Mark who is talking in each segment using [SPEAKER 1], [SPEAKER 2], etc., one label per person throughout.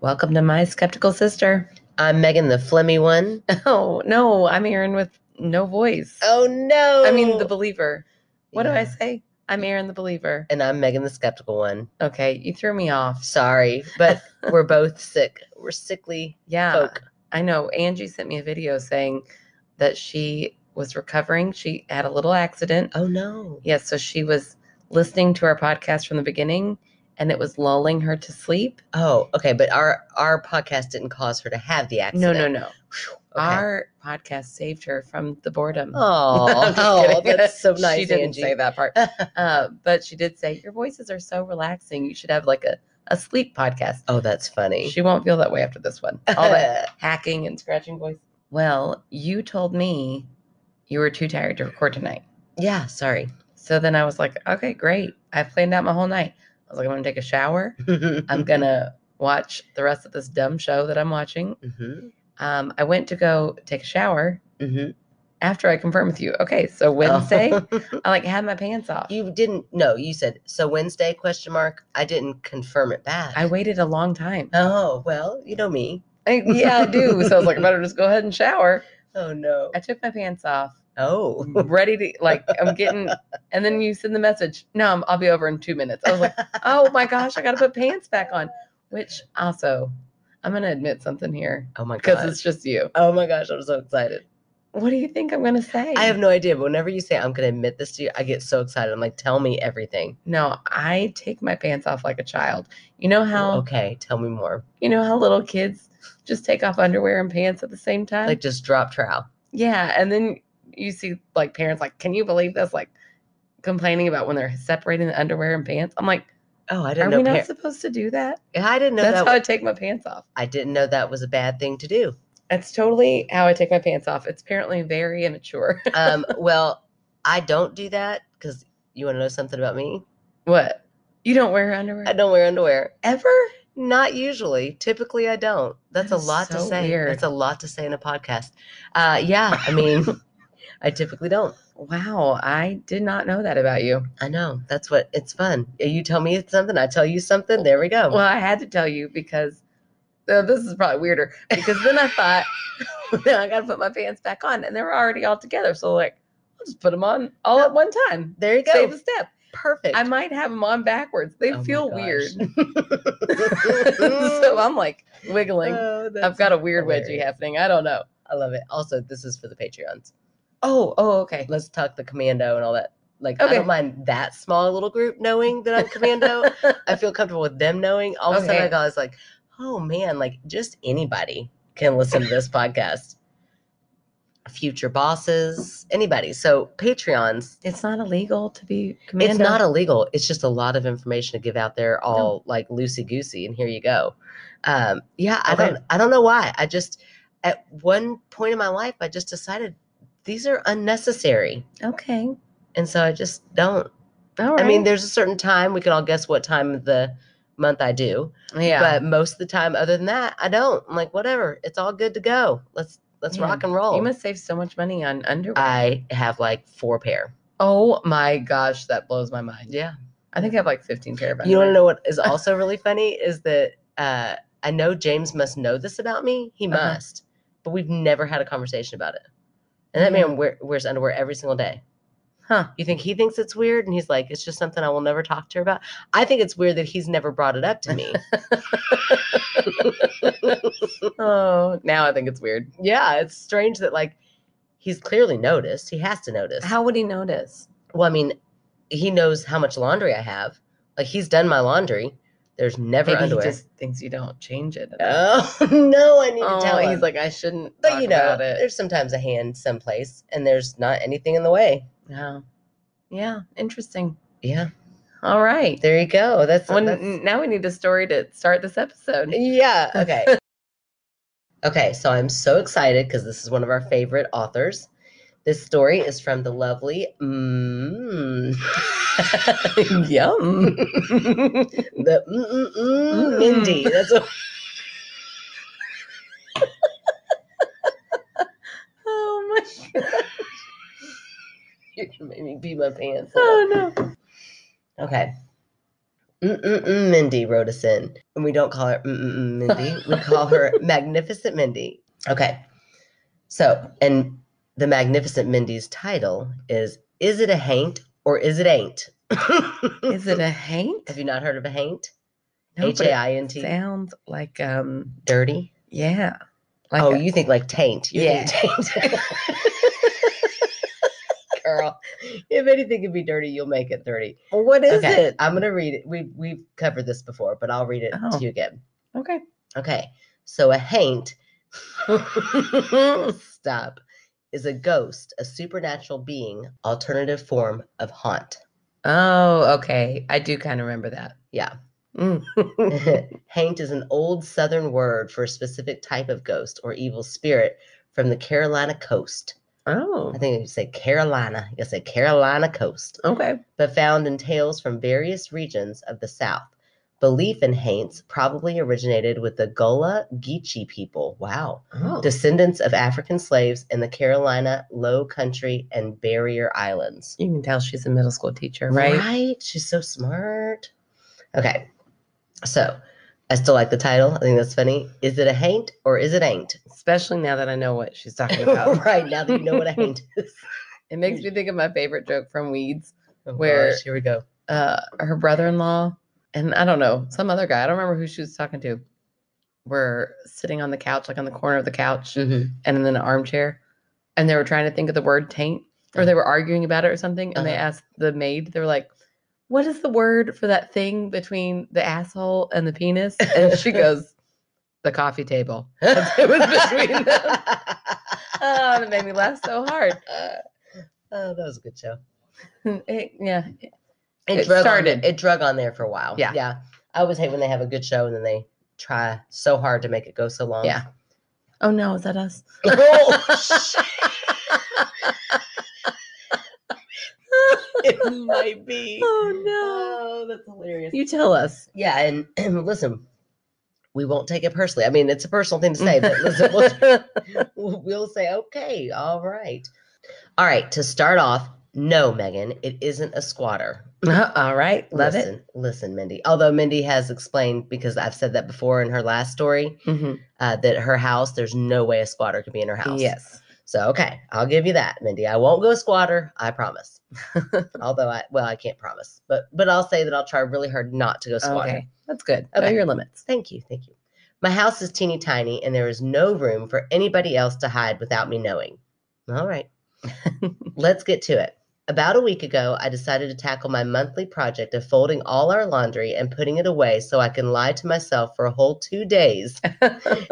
[SPEAKER 1] Welcome to My Skeptical Sister. I'm Megan, the Flemmy one.
[SPEAKER 2] Oh, no, I'm Aaron with no voice.
[SPEAKER 1] Oh no!
[SPEAKER 2] I mean, the believer. What do I
[SPEAKER 1] Yeah.
[SPEAKER 2] say? I'm Aaron the believer.
[SPEAKER 1] And I'm Megan, the skeptical one.
[SPEAKER 2] Okay, you threw me off.
[SPEAKER 1] Sorry, but we're both sick. We're sickly
[SPEAKER 2] Yeah,
[SPEAKER 1] folk.
[SPEAKER 2] I know. Angie sent me a video saying that she was recovering. She had a little accident.
[SPEAKER 1] Oh no!
[SPEAKER 2] Yes, so she was listening to our podcast from the beginning and it was lulling her to sleep.
[SPEAKER 1] Oh, okay. But our our podcast didn't cause her to have the
[SPEAKER 2] No,
[SPEAKER 1] accident.
[SPEAKER 2] no, no.
[SPEAKER 1] Our
[SPEAKER 2] Our podcast saved her from the boredom.
[SPEAKER 1] oh,
[SPEAKER 2] I'm just
[SPEAKER 1] oh
[SPEAKER 2] kidding.
[SPEAKER 1] that's so nice.
[SPEAKER 2] She didn't
[SPEAKER 1] Angie.
[SPEAKER 2] say that part. Uh, but she did say, Your voices are so relaxing. You should have like a, a sleep podcast.
[SPEAKER 1] Oh, that's funny.
[SPEAKER 2] She won't feel that way after this one. All that hacking and scratching voice. Well, you told me you were too tired to record tonight.
[SPEAKER 1] yeah. Sorry.
[SPEAKER 2] So then I was like, Okay, great. I planned out my whole night. I was like, I'm going to take a shower. I'm going to watch the rest of this dumb show that I'm watching.
[SPEAKER 1] Mm-hmm.
[SPEAKER 2] Um, I went to go take a shower
[SPEAKER 1] Mm-hmm.
[SPEAKER 2] after I confirmed with you. Okay, so Wednesday, I like had my pants off.
[SPEAKER 1] you didn't. No, you said so Wednesday? Question mark. I didn't confirm it back.
[SPEAKER 2] I waited a long time.
[SPEAKER 1] Oh well, you know me.
[SPEAKER 2] I- yeah, I do. So I was like, I better just go ahead and shower.
[SPEAKER 1] Oh no.
[SPEAKER 2] I took my pants off,
[SPEAKER 1] Oh.
[SPEAKER 2] ready to like I'm getting, and then you send the message. No, I'm, I'll be over in two minutes. I was like, oh my gosh, I got to put pants back on. Which also, I'm gonna admit something here
[SPEAKER 1] oh my
[SPEAKER 2] because
[SPEAKER 1] god.
[SPEAKER 2] it's just you.
[SPEAKER 1] Oh my gosh, I'm so excited.
[SPEAKER 2] What do you think I'm gonna say?
[SPEAKER 1] I have no idea, but whenever you say I'm gonna admit this to you, I get so excited. I'm like, tell me everything.
[SPEAKER 2] no. I take my pants off like a child. You know how
[SPEAKER 1] Oh, Okay, tell me more.
[SPEAKER 2] you know how little kids just take off underwear and pants at the same time.
[SPEAKER 1] Like just drop trowel.
[SPEAKER 2] Yeah, and then you see like parents like, can you believe this? Like complaining about when they're separating the underwear and pants. I'm like,
[SPEAKER 1] Oh, I
[SPEAKER 2] are
[SPEAKER 1] didn't
[SPEAKER 2] we
[SPEAKER 1] know.
[SPEAKER 2] not
[SPEAKER 1] par-
[SPEAKER 2] supposed to do that?
[SPEAKER 1] I didn't know
[SPEAKER 2] That's
[SPEAKER 1] that.
[SPEAKER 2] how I
[SPEAKER 1] wa-
[SPEAKER 2] take my pants off.
[SPEAKER 1] I didn't know that was a bad thing to do.
[SPEAKER 2] That's totally how I take my pants off. It's apparently very immature.
[SPEAKER 1] Um, well, I don't do that because you want to know something about me.
[SPEAKER 2] what? You don't wear underwear
[SPEAKER 1] I don't wear underwear.
[SPEAKER 2] ever?
[SPEAKER 1] Not usually. Typically, I don't. That's
[SPEAKER 2] That
[SPEAKER 1] a
[SPEAKER 2] is
[SPEAKER 1] lot to
[SPEAKER 2] so
[SPEAKER 1] say.
[SPEAKER 2] weird.
[SPEAKER 1] That's a lot to say in a podcast. Uh, yeah, I mean, I typically don't.
[SPEAKER 2] Wow, I did not know that about you.
[SPEAKER 1] I know. That's what it's fun. You tell me something, I tell you something. There we go.
[SPEAKER 2] Well, I had to tell you because uh, this is probably weirder because then I thought I got to put my pants back on, and they were already all together. So like, I'll just put them on all at one time.
[SPEAKER 1] there you
[SPEAKER 2] Save
[SPEAKER 1] go.
[SPEAKER 2] a step.
[SPEAKER 1] Perfect.
[SPEAKER 2] I might have them on backwards. They
[SPEAKER 1] Oh my
[SPEAKER 2] feel
[SPEAKER 1] gosh.
[SPEAKER 2] weird. so I'm like wiggling.
[SPEAKER 1] Oh, that's-
[SPEAKER 2] I've got a weird wedgie
[SPEAKER 1] hilarious.
[SPEAKER 2] happening. I don't know.
[SPEAKER 1] I love it. Also, this is for the Patreons.
[SPEAKER 2] Oh, oh, okay.
[SPEAKER 1] Let's talk the commando and all that. Like, I
[SPEAKER 2] Okay.
[SPEAKER 1] don't mind that small little group knowing that I'm commando. I feel comfortable with them knowing. All of a sudden, I
[SPEAKER 2] Okay.
[SPEAKER 1] got- I was like, oh man, like just anybody can listen to this podcast. Future bosses, anybody. So Patreons,
[SPEAKER 2] It's not illegal to be commando.
[SPEAKER 1] it's not illegal. It's just a lot of information to give out there, all like loosey goosey, and here you go. Um, yeah, I
[SPEAKER 2] Okay.
[SPEAKER 1] don't, I don't know why. I just at one point in my life, I just decided these are unnecessary,
[SPEAKER 2] okay.
[SPEAKER 1] and so I just don't.
[SPEAKER 2] All right.
[SPEAKER 1] I mean, there's a certain time we can all guess what time of the month I do.
[SPEAKER 2] yeah.
[SPEAKER 1] But most of the time, other than that, I don't. I'm like, whatever. It's all good to go. Let's let's
[SPEAKER 2] Man,
[SPEAKER 1] rock and roll.
[SPEAKER 2] you must save so much money on underwear.
[SPEAKER 1] Oh. I have like four pair.
[SPEAKER 2] oh my gosh, that blows my mind.
[SPEAKER 1] Yeah.
[SPEAKER 2] I think I have like 15 pair of underwear.
[SPEAKER 1] You want to know what is also really funny is that uh, I know James must know this about me. He
[SPEAKER 2] Uh-huh.
[SPEAKER 1] must, but we've never had a conversation about it. And that
[SPEAKER 2] Yeah.
[SPEAKER 1] man wear, wears underwear every single day.
[SPEAKER 2] Mm-hmm. Huh.
[SPEAKER 1] You think he thinks it's weird, and he's like, "It's just something I will never talk to her about." I think it's weird that he's never brought it up to me.
[SPEAKER 2] Oh, now I think it's weird.
[SPEAKER 1] yeah, it's strange that like he's clearly noticed. He has to notice.
[SPEAKER 2] How would he notice?
[SPEAKER 1] Well, I mean, he knows how much laundry I have. Like he's done my laundry. There's never
[SPEAKER 2] Maybe
[SPEAKER 1] underwear.
[SPEAKER 2] he just thinks you don't change it. enough.
[SPEAKER 1] oh no, I need to tell
[SPEAKER 2] oh,
[SPEAKER 1] him.
[SPEAKER 2] he's like, I shouldn't.
[SPEAKER 1] but
[SPEAKER 2] talk
[SPEAKER 1] you know,
[SPEAKER 2] about it.
[SPEAKER 1] there's sometimes a hand someplace, and there's not anything in the way.
[SPEAKER 2] Yeah. Yeah. Interesting.
[SPEAKER 1] Yeah,
[SPEAKER 2] All right.
[SPEAKER 1] there you go. That's,
[SPEAKER 2] Well,
[SPEAKER 1] that's-
[SPEAKER 2] n- now we need a story to start this episode.
[SPEAKER 1] yeah. Okay. okay, so I'm so excited because this is one of our favorite authors. This story is from the lovely. Mm,
[SPEAKER 2] Yum.
[SPEAKER 1] the mm, mm, mm, Mindy. That's what
[SPEAKER 2] oh my.
[SPEAKER 1] you made me pee my pants.
[SPEAKER 2] Oh no.
[SPEAKER 1] Okay. Mm-mm-mm Mindy wrote us in. And we don't call her Mm-mm-mm Mindy. We call her Magnificent Mindy. Okay. So, and the Magnificent Mindy's title is Is It a Haint or Is It Ain't?
[SPEAKER 2] Is it a haint?
[SPEAKER 1] Have you not heard of a haint?
[SPEAKER 2] No,
[SPEAKER 1] H
[SPEAKER 2] but it
[SPEAKER 1] A I N T.
[SPEAKER 2] Sounds like um
[SPEAKER 1] Dirty.
[SPEAKER 2] yeah. Like
[SPEAKER 1] oh,
[SPEAKER 2] a-
[SPEAKER 1] you think like taint. You yeah. Think taint. Girl, if anything can be dirty, you'll make it dirty.
[SPEAKER 2] well, what is
[SPEAKER 1] okay,
[SPEAKER 2] it?
[SPEAKER 1] I'm gonna read it. We we've covered this before, but I'll read it
[SPEAKER 2] Oh.
[SPEAKER 1] to you again.
[SPEAKER 2] Okay.
[SPEAKER 1] Okay, so a haint. stop. Is a ghost, a supernatural being, alternative form of haunt.
[SPEAKER 2] Oh, okay. I do kind of remember that.
[SPEAKER 1] Yeah.
[SPEAKER 2] Mm.
[SPEAKER 1] haint is an old southern word for a specific type of ghost or evil spirit from the Carolina coast.
[SPEAKER 2] oh.
[SPEAKER 1] I think you say Carolina. You say Carolina coast,
[SPEAKER 2] Okay.
[SPEAKER 1] but found in tales from various regions of the South. Belief in haints probably originated with the Gullah Geechee people. Wow.
[SPEAKER 2] Oh.
[SPEAKER 1] Descendants of African slaves in the Carolina, Low Country, and Barrier Islands.
[SPEAKER 2] you can tell she's a middle school teacher, right?
[SPEAKER 1] Right? She's so smart. Okay. So I still like the title. I think that's funny. Is it a haint or is it ain't?
[SPEAKER 2] Especially now that I know what she's talking about.
[SPEAKER 1] right now that you know what a haint is.
[SPEAKER 2] It makes me think of my favorite joke from Weeds.
[SPEAKER 1] Oh,
[SPEAKER 2] Where-
[SPEAKER 1] gosh, here we go.
[SPEAKER 2] Uh, her brother-in-law and I don't know some other guy. I don't remember who she was talking to. Were sitting on the couch, like on the corner of the couch,
[SPEAKER 1] Mhm.
[SPEAKER 2] and then an armchair, and they were trying to think of the word taint, or they were arguing about it or something, and they
[SPEAKER 1] Uh-huh.
[SPEAKER 2] asked the maid. They were like, "What is the word for that thing between the asshole and the penis?" And she goes, "The coffee table." It was between them. Oh, it made me laugh so hard.
[SPEAKER 1] Oh, that was a good show.
[SPEAKER 2] It- yeah,
[SPEAKER 1] It,
[SPEAKER 2] It
[SPEAKER 1] drug on there-
[SPEAKER 2] started.
[SPEAKER 1] it drug on there for a while.
[SPEAKER 2] Yeah.
[SPEAKER 1] Yeah. I always hate when they have a good show and then they try so hard to make it go so long.
[SPEAKER 2] Yeah. Oh no, is that us?
[SPEAKER 1] Oh, shit, it might be.
[SPEAKER 2] Oh, no.
[SPEAKER 1] Oh, that's hilarious.
[SPEAKER 2] you tell us.
[SPEAKER 1] yeah. And, listen, we won't take it personally. I mean, it's a personal thing to say, but listen, we'll, we'll we'll say, okay, all right. All right. To start off, no, Megan, it isn't a squatter.
[SPEAKER 2] Uh-huh. All right, love
[SPEAKER 1] listen, Listen, Mindy. Although Mindy has explained, because I've said that before in her last story,
[SPEAKER 2] it. Mhm.
[SPEAKER 1] uh, that her house, there's no way a squatter could be in her house.
[SPEAKER 2] Yes.
[SPEAKER 1] So, okay, I'll give you that, Mindy. I won't go squatter. I promise. Although I, well, I can't promise, but but I'll say that I'll try really hard not to go squatter.
[SPEAKER 2] Okay, that's good. Know
[SPEAKER 1] Okay.
[SPEAKER 2] your limits.
[SPEAKER 1] Thank you, thank you. My house is teeny tiny, and there is no room for anybody else to hide without me knowing. All right, let's get to it. About a week ago, I decided to tackle my monthly project of folding all our laundry and putting it away so I can lie to myself for a whole two days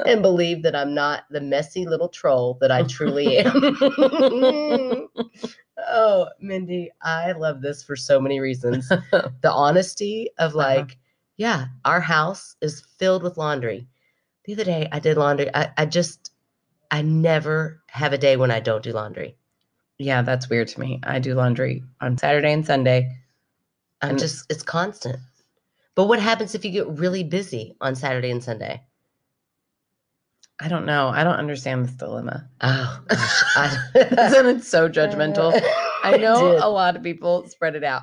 [SPEAKER 1] and believe that I'm not the messy little troll that I truly am. oh, Mindy, I love this for so many reasons. The honesty of
[SPEAKER 2] Uh-huh.
[SPEAKER 1] like, yeah, our house is filled with laundry. The other day I did laundry. I, I just, I never have a day when I don't do laundry.
[SPEAKER 2] yeah, that's weird to me. I do laundry on Saturday and Sunday.
[SPEAKER 1] I'm
[SPEAKER 2] And-
[SPEAKER 1] just, it's constant. But what happens if you get really busy on Saturday and Sunday?
[SPEAKER 2] I don't know. I don't understand this dilemma.
[SPEAKER 1] Oh, gosh. I,
[SPEAKER 2] Isn't it so judgmental? I know
[SPEAKER 1] Uh, did.
[SPEAKER 2] a lot of people spread it out,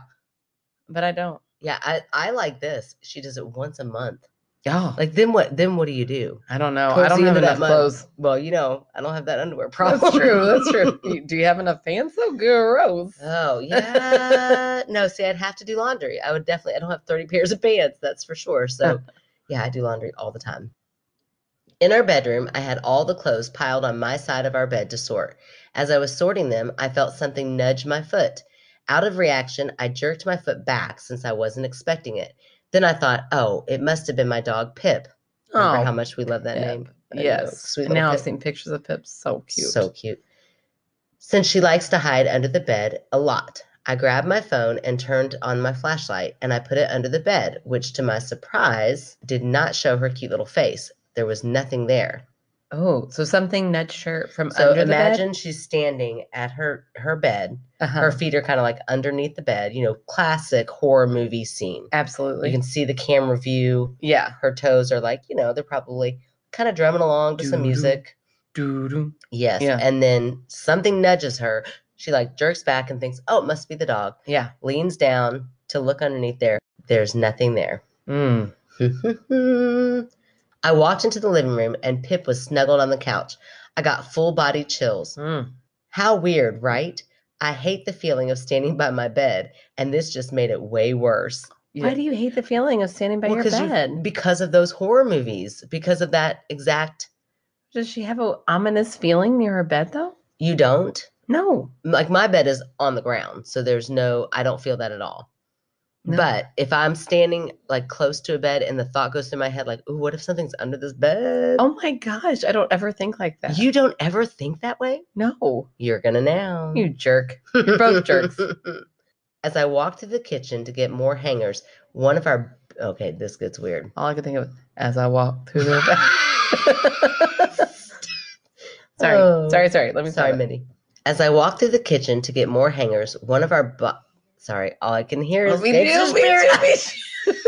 [SPEAKER 2] but I don't.
[SPEAKER 1] Yeah, I, I like this. She does it once a month.
[SPEAKER 2] Yeah,
[SPEAKER 1] Like then what? Then what do you do?
[SPEAKER 2] I don't know.
[SPEAKER 1] Towards
[SPEAKER 2] I don't
[SPEAKER 1] the end
[SPEAKER 2] have
[SPEAKER 1] of that
[SPEAKER 2] enough
[SPEAKER 1] month.
[SPEAKER 2] clothes.
[SPEAKER 1] Well, you know, I don't have that underwear problem.
[SPEAKER 2] That's true. That's true. You- Do you have enough pants? So gross.
[SPEAKER 1] Oh yeah. no, see, I'd have to do laundry. I would definitely. I don't have thirty pairs of pants. That's for sure. So, yeah, I do laundry all the time. In our bedroom, I had all the clothes piled on my side of our bed to sort. As I was sorting them, I felt something nudge my foot. Out of reaction, I jerked my foot back since I wasn't expecting it. Then I thought, oh, it must have been my dog Pip. Remember how
[SPEAKER 2] Oh,
[SPEAKER 1] much we love that
[SPEAKER 2] Pip.
[SPEAKER 1] name? I know,
[SPEAKER 2] yes.
[SPEAKER 1] Sweet
[SPEAKER 2] And
[SPEAKER 1] little
[SPEAKER 2] now I've
[SPEAKER 1] Pip.
[SPEAKER 2] seen pictures of Pip. So cute.
[SPEAKER 1] So cute. Since she likes to hide under the bed a lot, I grabbed my phone and turned on my flashlight and I put it under the bed, which to my surprise did not show her cute little face. There was nothing there.
[SPEAKER 2] Oh, so something nudged her from
[SPEAKER 1] So
[SPEAKER 2] under
[SPEAKER 1] imagine she's standing at her her bed.
[SPEAKER 2] the bed. Uh-huh.
[SPEAKER 1] Her feet are kind of like underneath the bed, you know, classic horror movie scene.
[SPEAKER 2] Absolutely.
[SPEAKER 1] You can see the camera view.
[SPEAKER 2] yeah.
[SPEAKER 1] Her toes are like, you know, they're probably kind of drumming along to some
[SPEAKER 2] Doo-doo.
[SPEAKER 1] music.
[SPEAKER 2] Doo-doo.
[SPEAKER 1] Yes.
[SPEAKER 2] Yeah.
[SPEAKER 1] And then something nudges her. She like jerks back and thinks, oh, it must be the dog.
[SPEAKER 2] Yeah.
[SPEAKER 1] Leans down to look underneath there. There's nothing there.
[SPEAKER 2] Mm.
[SPEAKER 1] I walked into the living room and Pip was snuggled on the couch. I got full body chills.
[SPEAKER 2] Mm.
[SPEAKER 1] How weird, right? I hate the feeling of standing by my bed, and this just made it way worse.
[SPEAKER 2] Why do you hate the feeling of standing by
[SPEAKER 1] Well,
[SPEAKER 2] your
[SPEAKER 1] 'cause you-
[SPEAKER 2] bed?
[SPEAKER 1] Because of those horror movies, because of that exact
[SPEAKER 2] Does she have a ominous feeling near her bed though?
[SPEAKER 1] you don't.
[SPEAKER 2] No.
[SPEAKER 1] Like my bed is on the ground, so there's no I don't feel that at all.
[SPEAKER 2] No.
[SPEAKER 1] But if I'm standing like close to a bed and the thought goes through my head like, "Ooh, what if something's under this bed?"
[SPEAKER 2] Oh my gosh, I don't ever think like that.
[SPEAKER 1] you don't ever think that way?
[SPEAKER 2] no.
[SPEAKER 1] You're going to now.
[SPEAKER 2] You jerk. You're both jerks.
[SPEAKER 1] As I walked to the kitchen to get more hangers, one of our okay, this gets weird.
[SPEAKER 2] All I could think of as I walk through the bed. sorry.
[SPEAKER 1] Oh.
[SPEAKER 2] Sorry, sorry. Let me
[SPEAKER 1] Sorry,
[SPEAKER 2] stop it.
[SPEAKER 1] Mindy. As I walked through the kitchen to get more hangers, one of our bo- sorry, all I can hear
[SPEAKER 2] Oh,
[SPEAKER 1] is
[SPEAKER 2] me
[SPEAKER 1] Dix's
[SPEAKER 2] too, me
[SPEAKER 1] spirit.
[SPEAKER 2] too, me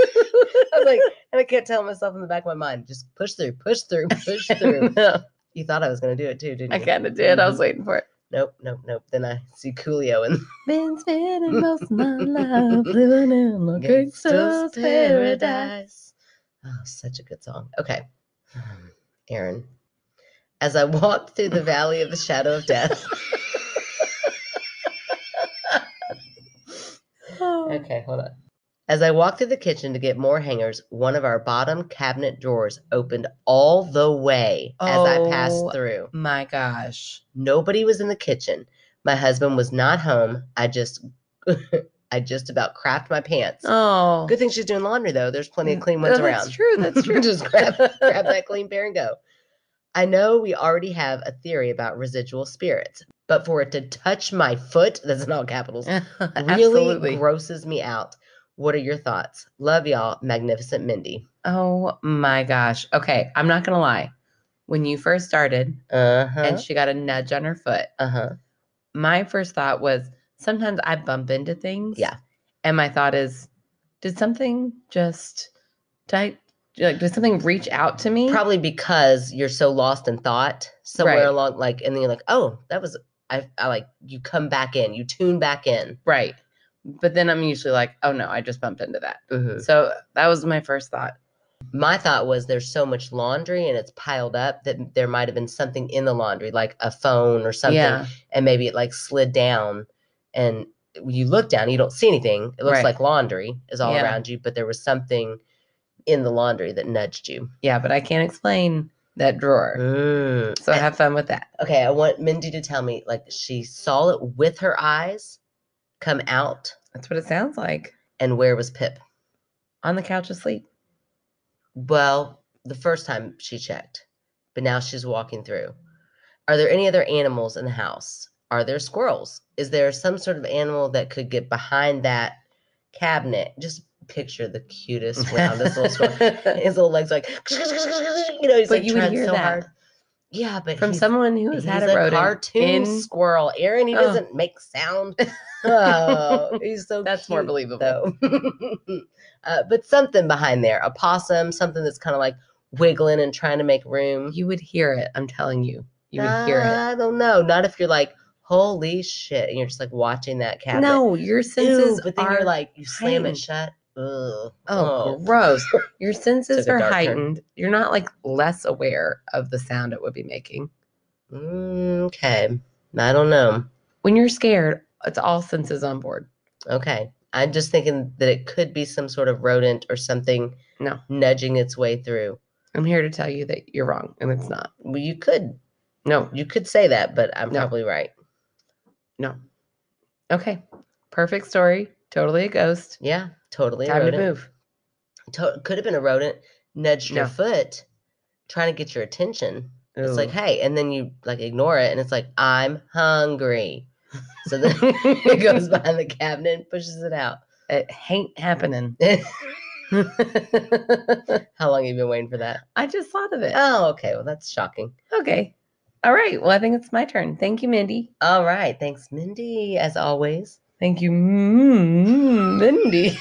[SPEAKER 1] I was like, and I kept telling myself in the back of my mind, just push through, push through, push through.
[SPEAKER 2] No,
[SPEAKER 1] you thought I was gonna do it too, didn't
[SPEAKER 2] I
[SPEAKER 1] you? Mm-hmm.
[SPEAKER 2] kind of did. I was waiting for it.
[SPEAKER 1] Nope, nope, nope. Then I see Coolio and
[SPEAKER 2] Been spending most of my life living in a
[SPEAKER 1] Gangsta's
[SPEAKER 2] gangster's paradise.
[SPEAKER 1] Oh, such a good song. Okay. Aaron. As I walked through the valley of the shadow of death.
[SPEAKER 2] Oh.
[SPEAKER 1] Okay, hold on. As I walked through the kitchen to get more hangers, one of our bottom cabinet drawers opened all the way as I passed
[SPEAKER 2] Oh.
[SPEAKER 1] through.
[SPEAKER 2] My gosh.
[SPEAKER 1] Nobody was in the kitchen. My husband was not home. I just I just about crapped my pants.
[SPEAKER 2] Oh.
[SPEAKER 1] Good thing she's doing laundry though. There's plenty of
[SPEAKER 2] Mm,
[SPEAKER 1] clean ones
[SPEAKER 2] oh,
[SPEAKER 1] around.
[SPEAKER 2] That's true. That's true.
[SPEAKER 1] Just grab, grab that clean pair and go. I know we already have a theory about residual spirits, but for it to touch my foot, that's in all capitals, really
[SPEAKER 2] Absolutely.
[SPEAKER 1] grosses me out. What are your thoughts? Love y'all, Magnificent Mindy.
[SPEAKER 2] Oh my gosh. Okay, I'm not gonna lie. When you first started
[SPEAKER 1] Uh huh.
[SPEAKER 2] and she got a nudge on her foot,
[SPEAKER 1] Uh huh.
[SPEAKER 2] my first thought was sometimes I bump into things.
[SPEAKER 1] Yeah.
[SPEAKER 2] And my thought is, did something just did I, like did something reach out to me?
[SPEAKER 1] Probably because you're so lost in thought somewhere
[SPEAKER 2] Mm-hmm. Right.
[SPEAKER 1] along, like, and then you're like, oh, that was, I, I like, you come back in, you tune back in.
[SPEAKER 2] Right. But then I'm usually like, oh no, I just bumped into that.
[SPEAKER 1] Mm-hmm.
[SPEAKER 2] So that was my first thought.
[SPEAKER 1] My thought was there's so much laundry and it's piled up that there might have been something in the laundry, like a phone or something,
[SPEAKER 2] Yeah.
[SPEAKER 1] and maybe it like slid down. And you look down, you don't see anything. It looks
[SPEAKER 2] Right.
[SPEAKER 1] like laundry is all
[SPEAKER 2] Yeah.
[SPEAKER 1] around you, but there was something in the laundry that nudged you.
[SPEAKER 2] Yeah, but I can't explain that drawer.
[SPEAKER 1] Mm.
[SPEAKER 2] So have fun with that.
[SPEAKER 1] Okay, I want Mindy to tell me like she saw it with her eyes come out,
[SPEAKER 2] That's what it sounds like.
[SPEAKER 1] and where was Pip?
[SPEAKER 2] On the couch asleep.
[SPEAKER 1] Well, the first time she checked, but now she's walking through. Are there any other animals in the house? Are there squirrels? Is there some sort of animal that could get behind that cabinet? Just picture the cutest, roundest little squirrel. His little legs like, you know, he's
[SPEAKER 2] But
[SPEAKER 1] like
[SPEAKER 2] you would
[SPEAKER 1] trying
[SPEAKER 2] hear
[SPEAKER 1] so
[SPEAKER 2] that
[SPEAKER 1] hard. Yeah, but
[SPEAKER 2] From
[SPEAKER 1] he's-
[SPEAKER 2] someone who has
[SPEAKER 1] he's
[SPEAKER 2] had
[SPEAKER 1] a,
[SPEAKER 2] a, rodent
[SPEAKER 1] cartoon
[SPEAKER 2] in-
[SPEAKER 1] squirrel. Aaron, he
[SPEAKER 2] Oh.
[SPEAKER 1] doesn't make sound. Oh, he's so
[SPEAKER 2] That's more
[SPEAKER 1] cute
[SPEAKER 2] believable.
[SPEAKER 1] though. uh, but something behind there, a possum, something that's kind of like wiggling and trying to make room.
[SPEAKER 2] You would hear it. I'm telling you. You would hear it.
[SPEAKER 1] I don't know. Not if you're like, holy shit, and you're just like watching that cabinet.
[SPEAKER 2] No, your senses
[SPEAKER 1] Ew, but then
[SPEAKER 2] are
[SPEAKER 1] you're
[SPEAKER 2] like,
[SPEAKER 1] like, you slam
[SPEAKER 2] heightened.
[SPEAKER 1] it shut. Ugh.
[SPEAKER 2] oh, gross. Your senses
[SPEAKER 1] Took a
[SPEAKER 2] are
[SPEAKER 1] dark turn.
[SPEAKER 2] heightened. You're not like less aware of the sound it would be making.
[SPEAKER 1] Mm, Okay. I don't know.
[SPEAKER 2] When you're scared, it's all senses on board.
[SPEAKER 1] Okay. I'm just thinking that it could be some sort of rodent or something
[SPEAKER 2] No.
[SPEAKER 1] nudging its way through.
[SPEAKER 2] I'm here to tell you that you're wrong, and it's not.
[SPEAKER 1] Well, you could
[SPEAKER 2] No,
[SPEAKER 1] you could say that, but I'm
[SPEAKER 2] No.
[SPEAKER 1] probably right.
[SPEAKER 2] no. Okay. Perfect story. Totally a ghost.
[SPEAKER 1] Yeah, totally. a
[SPEAKER 2] Time to
[SPEAKER 1] rodent.
[SPEAKER 2] move.
[SPEAKER 1] to- could have been a rodent nudged your
[SPEAKER 2] No.
[SPEAKER 1] foot trying to get your attention it's like
[SPEAKER 2] Ooh.
[SPEAKER 1] hey and then you like ignore it and it's like i'm hungry so then it goes behind the cabinet and pushes it out
[SPEAKER 2] it ain't happening.
[SPEAKER 1] how long have you been waiting for that
[SPEAKER 2] I just thought of it.
[SPEAKER 1] oh okay well that's shocking
[SPEAKER 2] Okay. All right. Well, I think it's my turn. Thank you, Mindy.
[SPEAKER 1] all right thanks mindy as always
[SPEAKER 2] Thank you, mm,
[SPEAKER 1] Mm-hmm.
[SPEAKER 2] Mindy.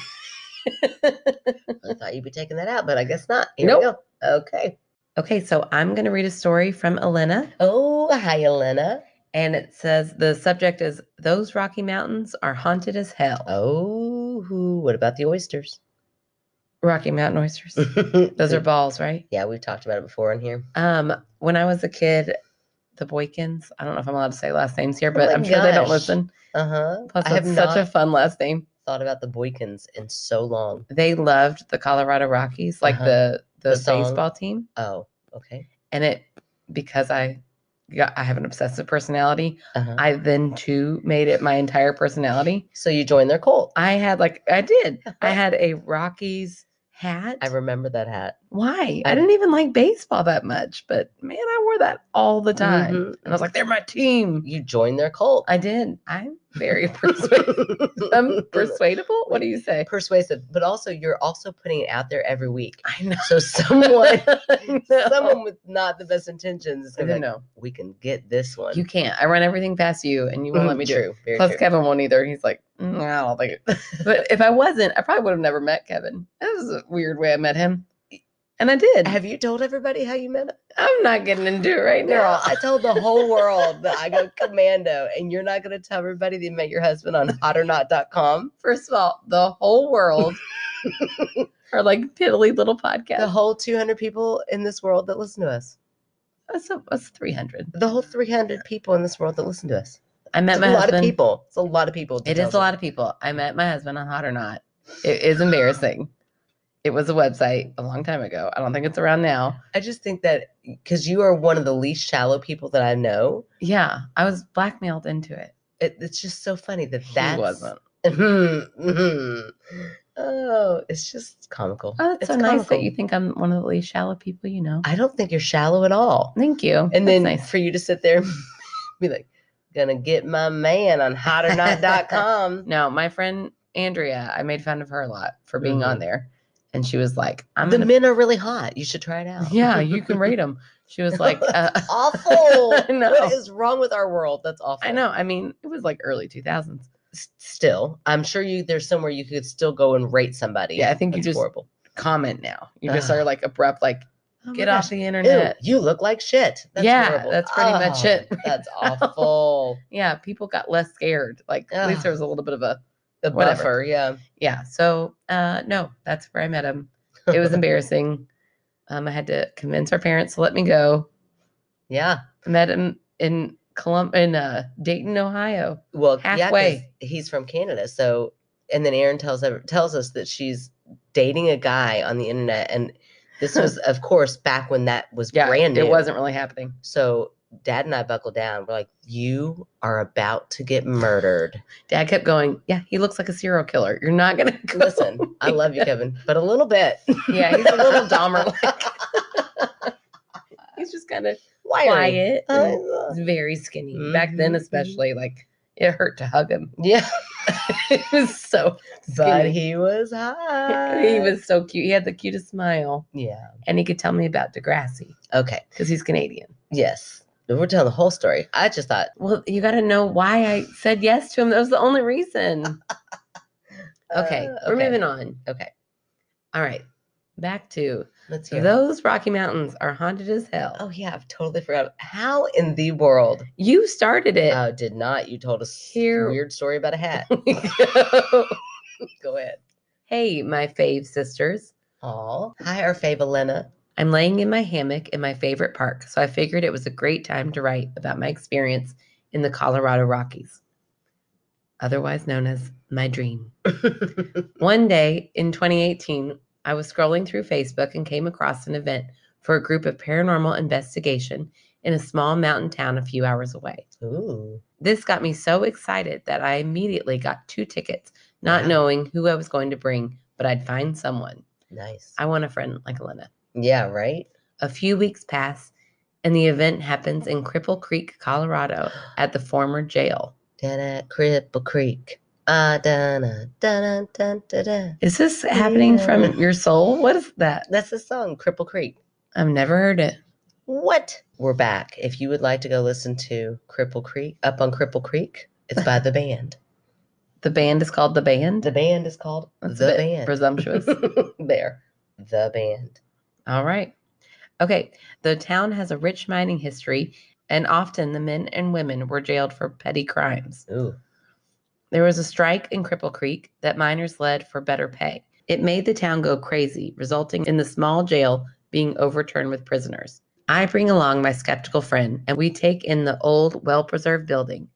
[SPEAKER 1] i thought you'd be taking that out but i guess not Here we
[SPEAKER 2] Nope.
[SPEAKER 1] go. okay
[SPEAKER 2] Okay, so I'm going to read a story from Elena,
[SPEAKER 1] oh hi elena
[SPEAKER 2] and it says the subject is Those Rocky Mountains Are Haunted as Hell.
[SPEAKER 1] oh Woohoo. What about the oysters?
[SPEAKER 2] Rocky Mountain oysters. Those are balls, right?
[SPEAKER 1] Yeah, we've talked about it before in here.
[SPEAKER 2] Um, when I was a kid, the Boykins. I don't know if I'm allowed to say last names here, but
[SPEAKER 1] Oh my
[SPEAKER 2] I'm sure they don't
[SPEAKER 1] gosh.
[SPEAKER 2] listen.
[SPEAKER 1] Uh huh.
[SPEAKER 2] Plus,
[SPEAKER 1] I
[SPEAKER 2] that's
[SPEAKER 1] have
[SPEAKER 2] such
[SPEAKER 1] not
[SPEAKER 2] a fun last name.
[SPEAKER 1] thought about the Boykins in so long.
[SPEAKER 2] They loved the Colorado Rockies, like
[SPEAKER 1] Uh-huh.
[SPEAKER 2] the the,
[SPEAKER 1] The song.
[SPEAKER 2] baseball team,
[SPEAKER 1] Oh, okay.
[SPEAKER 2] and it because I got I have an obsessive personality.
[SPEAKER 1] Uh-huh.
[SPEAKER 2] I then too made it my entire personality.
[SPEAKER 1] so you joined their cult.
[SPEAKER 2] I had like I did. I had a Rockies hat.
[SPEAKER 1] I remember that hat.
[SPEAKER 2] Why? I
[SPEAKER 1] I-
[SPEAKER 2] didn't even like baseball that much, but man, I wore that all the time.
[SPEAKER 1] Mhm.
[SPEAKER 2] And I was like, they're my team.
[SPEAKER 1] You joined their cult.
[SPEAKER 2] I did. I'm very persuasive. I'm persuadable. What do you say?
[SPEAKER 1] persuasive, but also you're also putting it out there every week.
[SPEAKER 2] I know.
[SPEAKER 1] So someone,
[SPEAKER 2] I know.
[SPEAKER 1] someone with not the best intentions, is
[SPEAKER 2] I
[SPEAKER 1] gonna be
[SPEAKER 2] didn't
[SPEAKER 1] like,
[SPEAKER 2] know.
[SPEAKER 1] we can get this one.
[SPEAKER 2] You can't. I run everything past you, and you won't let me do it.
[SPEAKER 1] True. Very
[SPEAKER 2] Plus,
[SPEAKER 1] true.
[SPEAKER 2] Kevin won't either. He's like, "Mm, I don't think it. But if I wasn't, I probably would have never met Kevin. That was a weird way I met him. E, And I did.
[SPEAKER 1] Have you told everybody how you met?
[SPEAKER 2] I'm not getting into it right
[SPEAKER 1] Girl,
[SPEAKER 2] now.
[SPEAKER 1] I told the whole world that I go commando, and you're not going to tell everybody that you met your husband on hotornot.com.
[SPEAKER 2] First of all, the whole world are like piddly little podcasts.
[SPEAKER 1] The whole 200 people in this world that listen to us,
[SPEAKER 2] That's, that's 300.
[SPEAKER 1] the whole 300 people in this world that listen to us.
[SPEAKER 2] I met
[SPEAKER 1] It's
[SPEAKER 2] my
[SPEAKER 1] a lot
[SPEAKER 2] husband.
[SPEAKER 1] of people. It's a lot of people. to
[SPEAKER 2] It
[SPEAKER 1] tell
[SPEAKER 2] is a
[SPEAKER 1] them.
[SPEAKER 2] lot of people. I met my husband on Hot or Not. It is embarrassing. It was a website a long time ago. I don't think it's around now.
[SPEAKER 1] I just think that because you are one of the least shallow people that I know,
[SPEAKER 2] Yeah, I was blackmailed into it.
[SPEAKER 1] it, it's just so funny that
[SPEAKER 2] That
[SPEAKER 1] that's.
[SPEAKER 2] wasn't.
[SPEAKER 1] Mm-hmm, oh, it's just comical.
[SPEAKER 2] Oh, that's
[SPEAKER 1] it's
[SPEAKER 2] so nice
[SPEAKER 1] comical.
[SPEAKER 2] that you think I'm one of the least shallow people you know.
[SPEAKER 1] I don't think you're shallow at all.
[SPEAKER 2] Thank you.
[SPEAKER 1] And
[SPEAKER 2] That's
[SPEAKER 1] then
[SPEAKER 2] nice.
[SPEAKER 1] for you to sit there and be like, gonna get my man on hotornot.com.
[SPEAKER 2] now my friend Andrea, I made fun of her a lot for being on there, and she was like, "I'm
[SPEAKER 1] the
[SPEAKER 2] gonna."
[SPEAKER 1] men are really hot. You should try it out.
[SPEAKER 2] yeah, you can rate them. She was like, uh,
[SPEAKER 1] awful.
[SPEAKER 2] I know.
[SPEAKER 1] What is wrong with our world? That's awful.
[SPEAKER 2] I know. I mean, it was like early 2000s.
[SPEAKER 1] S- Still, I'm sure you there's somewhere you could still go and rate somebody.
[SPEAKER 2] Yeah, I think you
[SPEAKER 1] That's
[SPEAKER 2] just-
[SPEAKER 1] horrible.
[SPEAKER 2] Comment now. You just
[SPEAKER 1] Ugh.
[SPEAKER 2] are like abrupt, like
[SPEAKER 1] Oh my
[SPEAKER 2] get
[SPEAKER 1] gosh.
[SPEAKER 2] off the
[SPEAKER 1] Ew,
[SPEAKER 2] internet.
[SPEAKER 1] you look like shit. That's
[SPEAKER 2] Yeah,
[SPEAKER 1] horrible.
[SPEAKER 2] that's pretty much
[SPEAKER 1] Oh,
[SPEAKER 2] it right
[SPEAKER 1] That's
[SPEAKER 2] now.
[SPEAKER 1] awful.
[SPEAKER 2] Yeah, people got less scared. Like at least
[SPEAKER 1] Ugh.
[SPEAKER 2] there was a little bit of a
[SPEAKER 1] The
[SPEAKER 2] Whatever.
[SPEAKER 1] buffer, yeah.
[SPEAKER 2] yeah. So uh no, that's where I met him. It was embarrassing. Um, I had to convince our parents to let me go.
[SPEAKER 1] yeah.
[SPEAKER 2] I met him in Colum- in uh, Dayton, Ohio.
[SPEAKER 1] Well, yeah, 'cause
[SPEAKER 2] Halfway.
[SPEAKER 1] he's from Canada. So, and then Aaron tells ev- tells us that she's dating a guy on the internet, and this was, of course, back when that was
[SPEAKER 2] Yeah,
[SPEAKER 1] brand new.
[SPEAKER 2] it wasn't really happening.
[SPEAKER 1] So, Dad and I buckled down. We're like, "You are about to get murdered."
[SPEAKER 2] Dad kept going. Yeah, he looks like a serial killer. You're not gonna go."
[SPEAKER 1] Listen, I love you, Kevin, but a little bit.
[SPEAKER 2] Yeah, he's a little Dahmer. He's just kind of
[SPEAKER 1] Why are you?
[SPEAKER 2] quiet. and
[SPEAKER 1] Oh,
[SPEAKER 2] very skinny back then,
[SPEAKER 1] Mhm, mhm.
[SPEAKER 2] especially. Like it hurt to hug him.
[SPEAKER 1] yeah,
[SPEAKER 2] it was so
[SPEAKER 1] but
[SPEAKER 2] skinny.
[SPEAKER 1] he was hot.
[SPEAKER 2] he was so cute. He had the cutest smile,
[SPEAKER 1] Yeah.
[SPEAKER 2] and he could tell me about Degrassi
[SPEAKER 1] Okay.
[SPEAKER 2] because he's Canadian.
[SPEAKER 1] Yes. We're telling the whole story. I just thought,
[SPEAKER 2] Well, you got to know why I said yes to him. That was the only reason. Okay,
[SPEAKER 1] uh,
[SPEAKER 2] we're moving on.
[SPEAKER 1] Okay.
[SPEAKER 2] All right, back to
[SPEAKER 1] Let's hear. it.
[SPEAKER 2] those Rocky Mountains are haunted as hell.
[SPEAKER 1] Oh yeah, I've totally forgot. How in the world?
[SPEAKER 2] You started it.
[SPEAKER 1] Oh, did not. You told us
[SPEAKER 2] Here-
[SPEAKER 1] weird story about a hat. Go ahead.
[SPEAKER 2] hey, my fave sisters.
[SPEAKER 1] Aw. Hi, our fave Elena.
[SPEAKER 2] I'm laying in my hammock in my favorite park, so I figured it was a great time to write about my experience in the Colorado Rockies, otherwise known as my dream. One day in 2018, I was scrolling through Facebook and came across an event for a group of paranormal investigation in a small mountain town a few hours away.
[SPEAKER 1] Ooh.
[SPEAKER 2] This got me so excited that I immediately got two tickets, not
[SPEAKER 1] Wow.
[SPEAKER 2] knowing who I was going to bring, but I'd find someone.
[SPEAKER 1] Nice.
[SPEAKER 2] I want a friend like Elena.
[SPEAKER 1] yeah, right?
[SPEAKER 2] A few weeks pass, and the event happens in Cripple Creek, Colorado, at the former jail.
[SPEAKER 1] Down at Cripple Creek. Ah, da da da da da da.
[SPEAKER 2] Is this happening from your soul? What is that?
[SPEAKER 1] That's the song, Cripple Creek.
[SPEAKER 2] I've never heard it.
[SPEAKER 1] What? We're back. If you would like to go listen to Cripple Creek, up on Cripple Creek, it's by the band.
[SPEAKER 2] The band is called The Band.
[SPEAKER 1] The band is called
[SPEAKER 2] That's
[SPEAKER 1] The
[SPEAKER 2] a bit
[SPEAKER 1] Band.
[SPEAKER 2] presumptuous.
[SPEAKER 1] there. The band.
[SPEAKER 2] All right. Okay. The town has a rich mining history, and often the men and women were jailed for petty crimes.
[SPEAKER 1] Ooh.
[SPEAKER 2] There was a strike in Cripple Creek that miners led for better pay. It made the town go crazy, resulting in the small jail being overturned with prisoners. I bring along my skeptical friend, and we take in the old, well preserved building.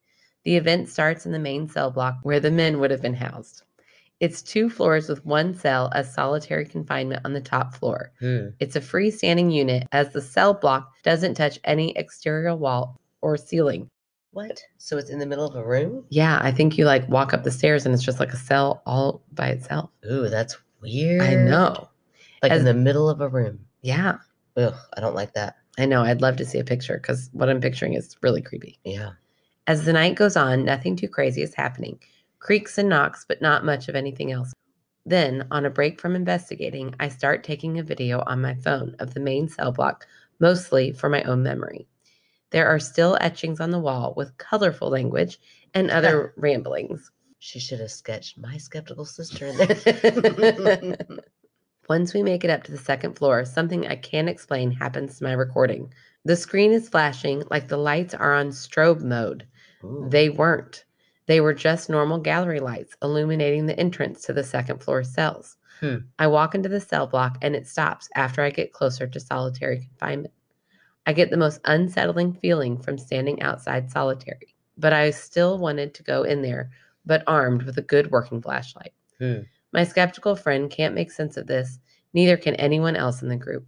[SPEAKER 2] The event starts in the main cell block where the men would have been housed. It's two floors with one cell as solitary confinement on the top floor.
[SPEAKER 1] Hmm.
[SPEAKER 2] It's a freestanding unit as the cell block doesn't touch any exterior wall or ceiling.
[SPEAKER 1] What? So it's in the middle of a room?
[SPEAKER 2] Yeah, I think you like walk up the stairs and it's just like a cell all by itself.
[SPEAKER 1] Ooh, that's weird.
[SPEAKER 2] I know.
[SPEAKER 1] Like
[SPEAKER 2] As-
[SPEAKER 1] in the middle of a room.
[SPEAKER 2] Yeah,
[SPEAKER 1] Ugh, I don't like that.
[SPEAKER 2] I know. I'd love to see a picture because what I'm picturing is really creepy.
[SPEAKER 1] Yeah.
[SPEAKER 2] As the night goes on, nothing too crazy is happening. Creaks and knocks, but not much of anything else. Then, on a break from investigating, I start taking a video on my phone of the main cell block, mostly for my own memory. There are still etchings on the wall with colorful language and other ramblings.
[SPEAKER 1] She should have sketched my skeptical sister in there.
[SPEAKER 2] Once we make it up to the second floor, something I can't explain happens to my recording. The screen is flashing like the lights are on strobe mode.
[SPEAKER 1] Ooh.
[SPEAKER 2] They weren't. They were just normal gallery lights illuminating the entrance to the second floor cells.
[SPEAKER 1] Hmm.
[SPEAKER 2] I walk into the cell block and it stops after I get closer to solitary confinement. I get the most unsettling feeling from standing outside solitary, but I still wanted to go in there, but armed with a good working flashlight.
[SPEAKER 1] Hmm.
[SPEAKER 2] My skeptical friend can't make sense of this, neither can anyone else in the group.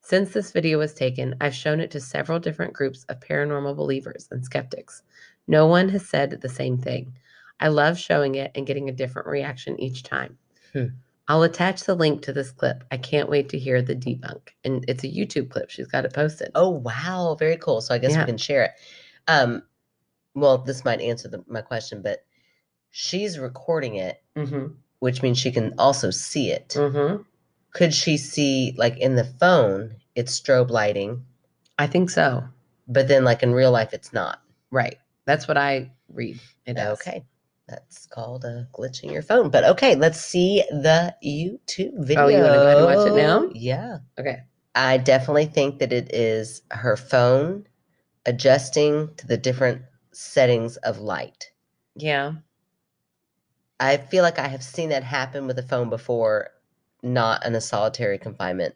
[SPEAKER 2] Since this video was taken, I've shown it to several different groups of paranormal believers and skeptics. No one has said the same thing. I love showing it and getting a different reaction each time.
[SPEAKER 1] Hmm.
[SPEAKER 2] I'll attach the link to this clip. I can't wait to hear the debunk. And it's a YouTube clip. She's got it posted.
[SPEAKER 1] Oh wow, very cool. So I guess
[SPEAKER 2] Yeah.
[SPEAKER 1] we can share it. Um, well, this might answer the, my question, but she's recording it,
[SPEAKER 2] Mm-hmm.
[SPEAKER 1] which means she can also see it.
[SPEAKER 2] Mm-hmm.
[SPEAKER 1] Could she see like in the phone it's strobe lighting,
[SPEAKER 2] I think so.
[SPEAKER 1] but then like in real life it's not?
[SPEAKER 2] Right. That's what I read. It as.
[SPEAKER 1] Okay, that's called a glitch in your phone. But okay, let's see the YouTube video.
[SPEAKER 2] Oh, you wanna go ahead and watch it now?
[SPEAKER 1] Yeah.
[SPEAKER 2] Okay.
[SPEAKER 1] I definitely think that it is her phone adjusting to the different settings of light.
[SPEAKER 2] Yeah.
[SPEAKER 1] I feel like I have seen that happen with a phone before, not in a solitary confinement,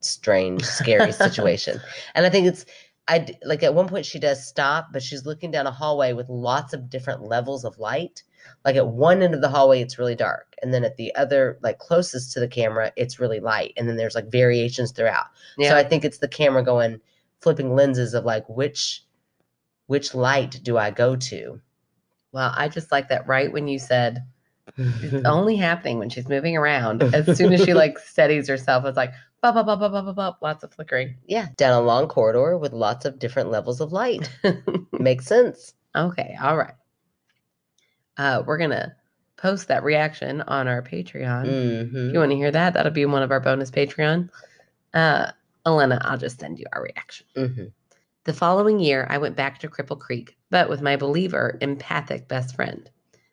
[SPEAKER 1] strange, scary situation. And I think it's, I d- like at one point she does stop, but she's looking down a hallway with lots of different levels of light. Like at one end of the hallway, it's really dark. And then at the other, like closest to the camera, it's really light. And then there's like variations throughout.
[SPEAKER 2] Yeah.
[SPEAKER 1] So I think it's the camera going flipping lenses of like which which light do I go to?
[SPEAKER 2] well, I just like that right when you said it's only happening when she's moving around. As soon as she like steadies herself, it's like bop, bop, bop, bop, bop, bop, bop, lots of flickering.
[SPEAKER 1] Yeah, down a long corridor with lots of different levels of light. Makes sense.
[SPEAKER 2] Okay, all right. Uh, we're gonna post that reaction on our Patreon. If
[SPEAKER 1] Mhm.
[SPEAKER 2] you want to hear that, that'll be one of our bonus Patreon. Uh, Elena, I'll just send you our reaction.
[SPEAKER 1] Mhm.
[SPEAKER 2] The following year, I went back to Cripple Creek, but with my believer, empathic best friend.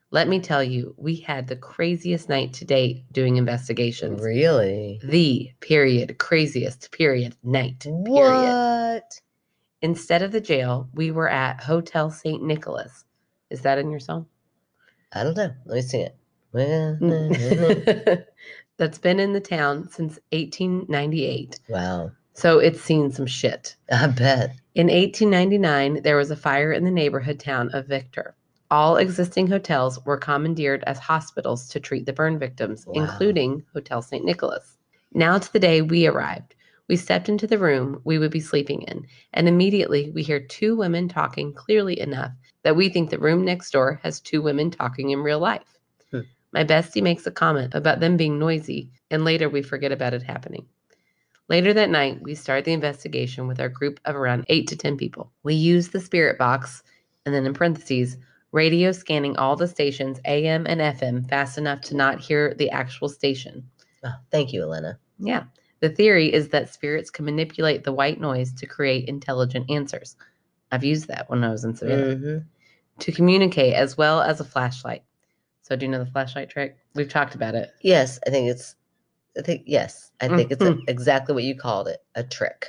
[SPEAKER 2] Let me tell you, we had the craziest night to date doing investigations.
[SPEAKER 1] Really?
[SPEAKER 2] The period craziest period night.
[SPEAKER 1] What?
[SPEAKER 2] Instead of the jail, we were at Hotel St. Nicholas. Is that in your song?
[SPEAKER 1] I don't know. Let me see it.
[SPEAKER 2] That's been in the town since 1898.
[SPEAKER 1] wow.
[SPEAKER 2] So it's seen some shit.
[SPEAKER 1] I bet.
[SPEAKER 2] In 1899, there was a fire in the neighborhood town of Victor. All existing hotels were commandeered as hospitals to treat the burn victims,
[SPEAKER 1] Wow.
[SPEAKER 2] including Hotel St. Nicholas. Now to the day we arrived. We stepped into the room we would be sleeping in, and immediately we hear two women talking clearly enough that we think the room next door has two women talking in real life.
[SPEAKER 1] Hmm.
[SPEAKER 2] My bestie makes a comment about them being noisy, and later we forget about it happening. Later that night, we start the investigation with our group of around 8 to 10 people. We use the spirit box, and then in parentheses, radio scanning all the stations AM and FM fast enough to not hear the actual station.
[SPEAKER 1] Oh, thank you, Elena.
[SPEAKER 2] Yeah. The theory is that spirits can manipulate the white noise to create intelligent answers. I've used that when I was in Savannah
[SPEAKER 1] hmm
[SPEAKER 2] to communicate as well as a flashlight. So, do you know the flashlight trick? We've talked about it.
[SPEAKER 1] Yes, I think it's. I think yes, I think it's
[SPEAKER 2] Mm-hmm.
[SPEAKER 1] a, exactly what you called it—a trick.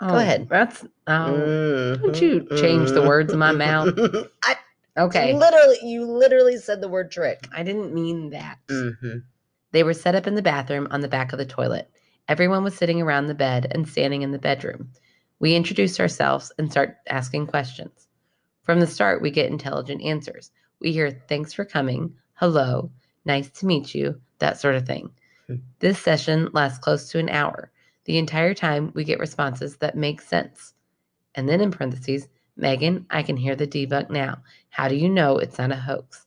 [SPEAKER 2] Oh,
[SPEAKER 1] ahead.
[SPEAKER 2] That's. Oh,
[SPEAKER 1] Mhm,
[SPEAKER 2] you change the words in my mouth?
[SPEAKER 1] I
[SPEAKER 2] Okay.
[SPEAKER 1] Literally, you literally said the word trick.
[SPEAKER 2] I didn't mean that.
[SPEAKER 1] Mm-hmm.
[SPEAKER 2] They were set up in the bathroom on the back of the toilet. Everyone was sitting around the bed and standing in the bedroom. We introduce ourselves and start asking questions. From the start, we get intelligent answers. We hear thanks for coming, hello, nice to meet you, that sort of thing.
[SPEAKER 1] Hmm.
[SPEAKER 2] This session lasts close to an hour. The entire time, we get responses that make sense. And then in parentheses, Megan, I can hear the debunk now. How do you know it's not a hoax?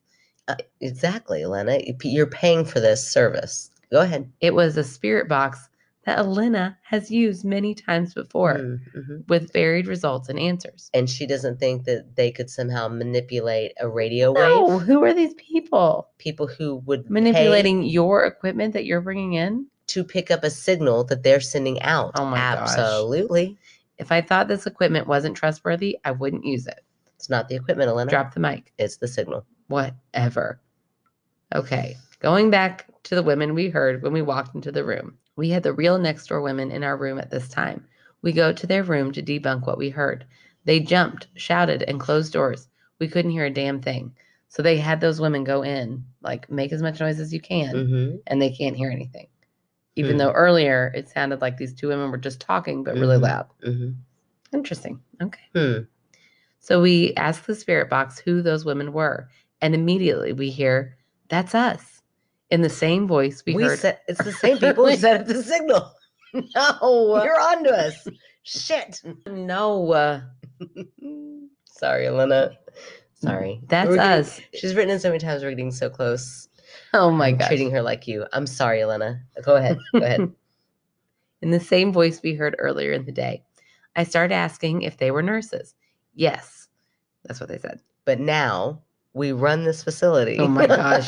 [SPEAKER 1] Exactly, Elena. You- You're paying for this service. Go ahead.
[SPEAKER 2] It was a spirit box that Elena has used many times before
[SPEAKER 1] Mm, mhm.
[SPEAKER 2] with varied results and answers.
[SPEAKER 1] And she doesn't think that they could somehow manipulate a radio
[SPEAKER 2] No,
[SPEAKER 1] wave.
[SPEAKER 2] who are these people
[SPEAKER 1] People who would pay
[SPEAKER 2] manipulating your equipment that you're bringing in?
[SPEAKER 1] to pick up a signal that they're sending out.
[SPEAKER 2] Oh my gosh.
[SPEAKER 1] Absolutely.
[SPEAKER 2] If I thought this equipment wasn't trustworthy, I wouldn't use it.
[SPEAKER 1] It's not the equipment, Elena.
[SPEAKER 2] Drop the mic.
[SPEAKER 1] It's the signal.
[SPEAKER 2] Whatever. Okay, going back to the women we heard when we walked into the room. We had the real next door women in our room at this time. We go to their room to debunk what we heard. They jumped, shouted, and closed doors. We couldn't hear a damn thing. So they had those women go in, like make as much noise as you can,
[SPEAKER 1] Mm-hmm.
[SPEAKER 2] and they can't hear anything. Even
[SPEAKER 1] Hmm.
[SPEAKER 2] though earlier it sounded like these two women were just talking, but really
[SPEAKER 1] Mhm.
[SPEAKER 2] loud.
[SPEAKER 1] Mm-hmm.
[SPEAKER 2] Interesting. Okay.
[SPEAKER 1] Hmm.
[SPEAKER 2] So we asked the spirit box who those women were, and immediately we hear, That's us. In the same voice we,
[SPEAKER 1] We
[SPEAKER 2] heard,
[SPEAKER 1] said it's the same people who set up the signal. No, you're onto us. Shit.
[SPEAKER 2] No, uh,
[SPEAKER 1] Sorry, Elena. Sorry.
[SPEAKER 2] Mm. that's uh
[SPEAKER 1] We're getting-
[SPEAKER 2] us.
[SPEAKER 1] She's written it so many times. We're getting so close.
[SPEAKER 2] Oh my
[SPEAKER 1] I'm
[SPEAKER 2] gosh.
[SPEAKER 1] Treating her like you. I'm sorry, Elena. Go ahead. Go ahead.
[SPEAKER 2] In the same voice we heard earlier in the day, I started asking if they were nurses. Yes, that's what they said.
[SPEAKER 1] but now we run this facility.
[SPEAKER 2] Oh my gosh.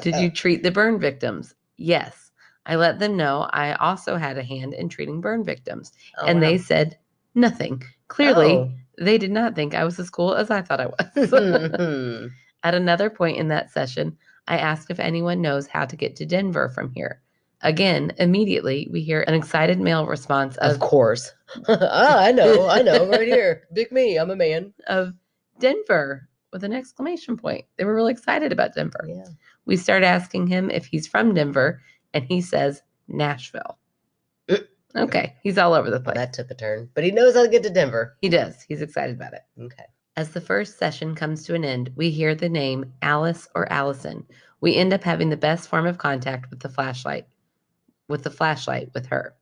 [SPEAKER 2] Did you treat the burn victims? Yes. I let them know I also had a hand in treating burn victims,
[SPEAKER 1] Oh,
[SPEAKER 2] and they
[SPEAKER 1] wow.
[SPEAKER 2] said nothing. Clearly,
[SPEAKER 1] Oh.
[SPEAKER 2] they did not think I was as cool as I thought I was.
[SPEAKER 1] Mhm.
[SPEAKER 2] At another point in that session, I ask if anyone knows how to get to Denver from here. Again, immediately we hear an excited male response
[SPEAKER 1] of
[SPEAKER 2] of,
[SPEAKER 1] course. ah, I know. I know. Right here. Big me. I'm a man.
[SPEAKER 2] of Denver with an exclamation point. They were really excited about Denver.
[SPEAKER 1] Yeah.
[SPEAKER 2] We start asking him if he's from Denver, and he says Nashville.
[SPEAKER 1] Uh.
[SPEAKER 2] Okay, he's all over the
[SPEAKER 1] Well,
[SPEAKER 2] place.
[SPEAKER 1] that took a turn, but he knows how to get to Denver.
[SPEAKER 2] He does. He's excited about it.
[SPEAKER 1] Okay.
[SPEAKER 2] As the first session comes to an end, we hear the name Alice or Allison. We end up having the best form of contact with the flashlight, with the flashlight with her.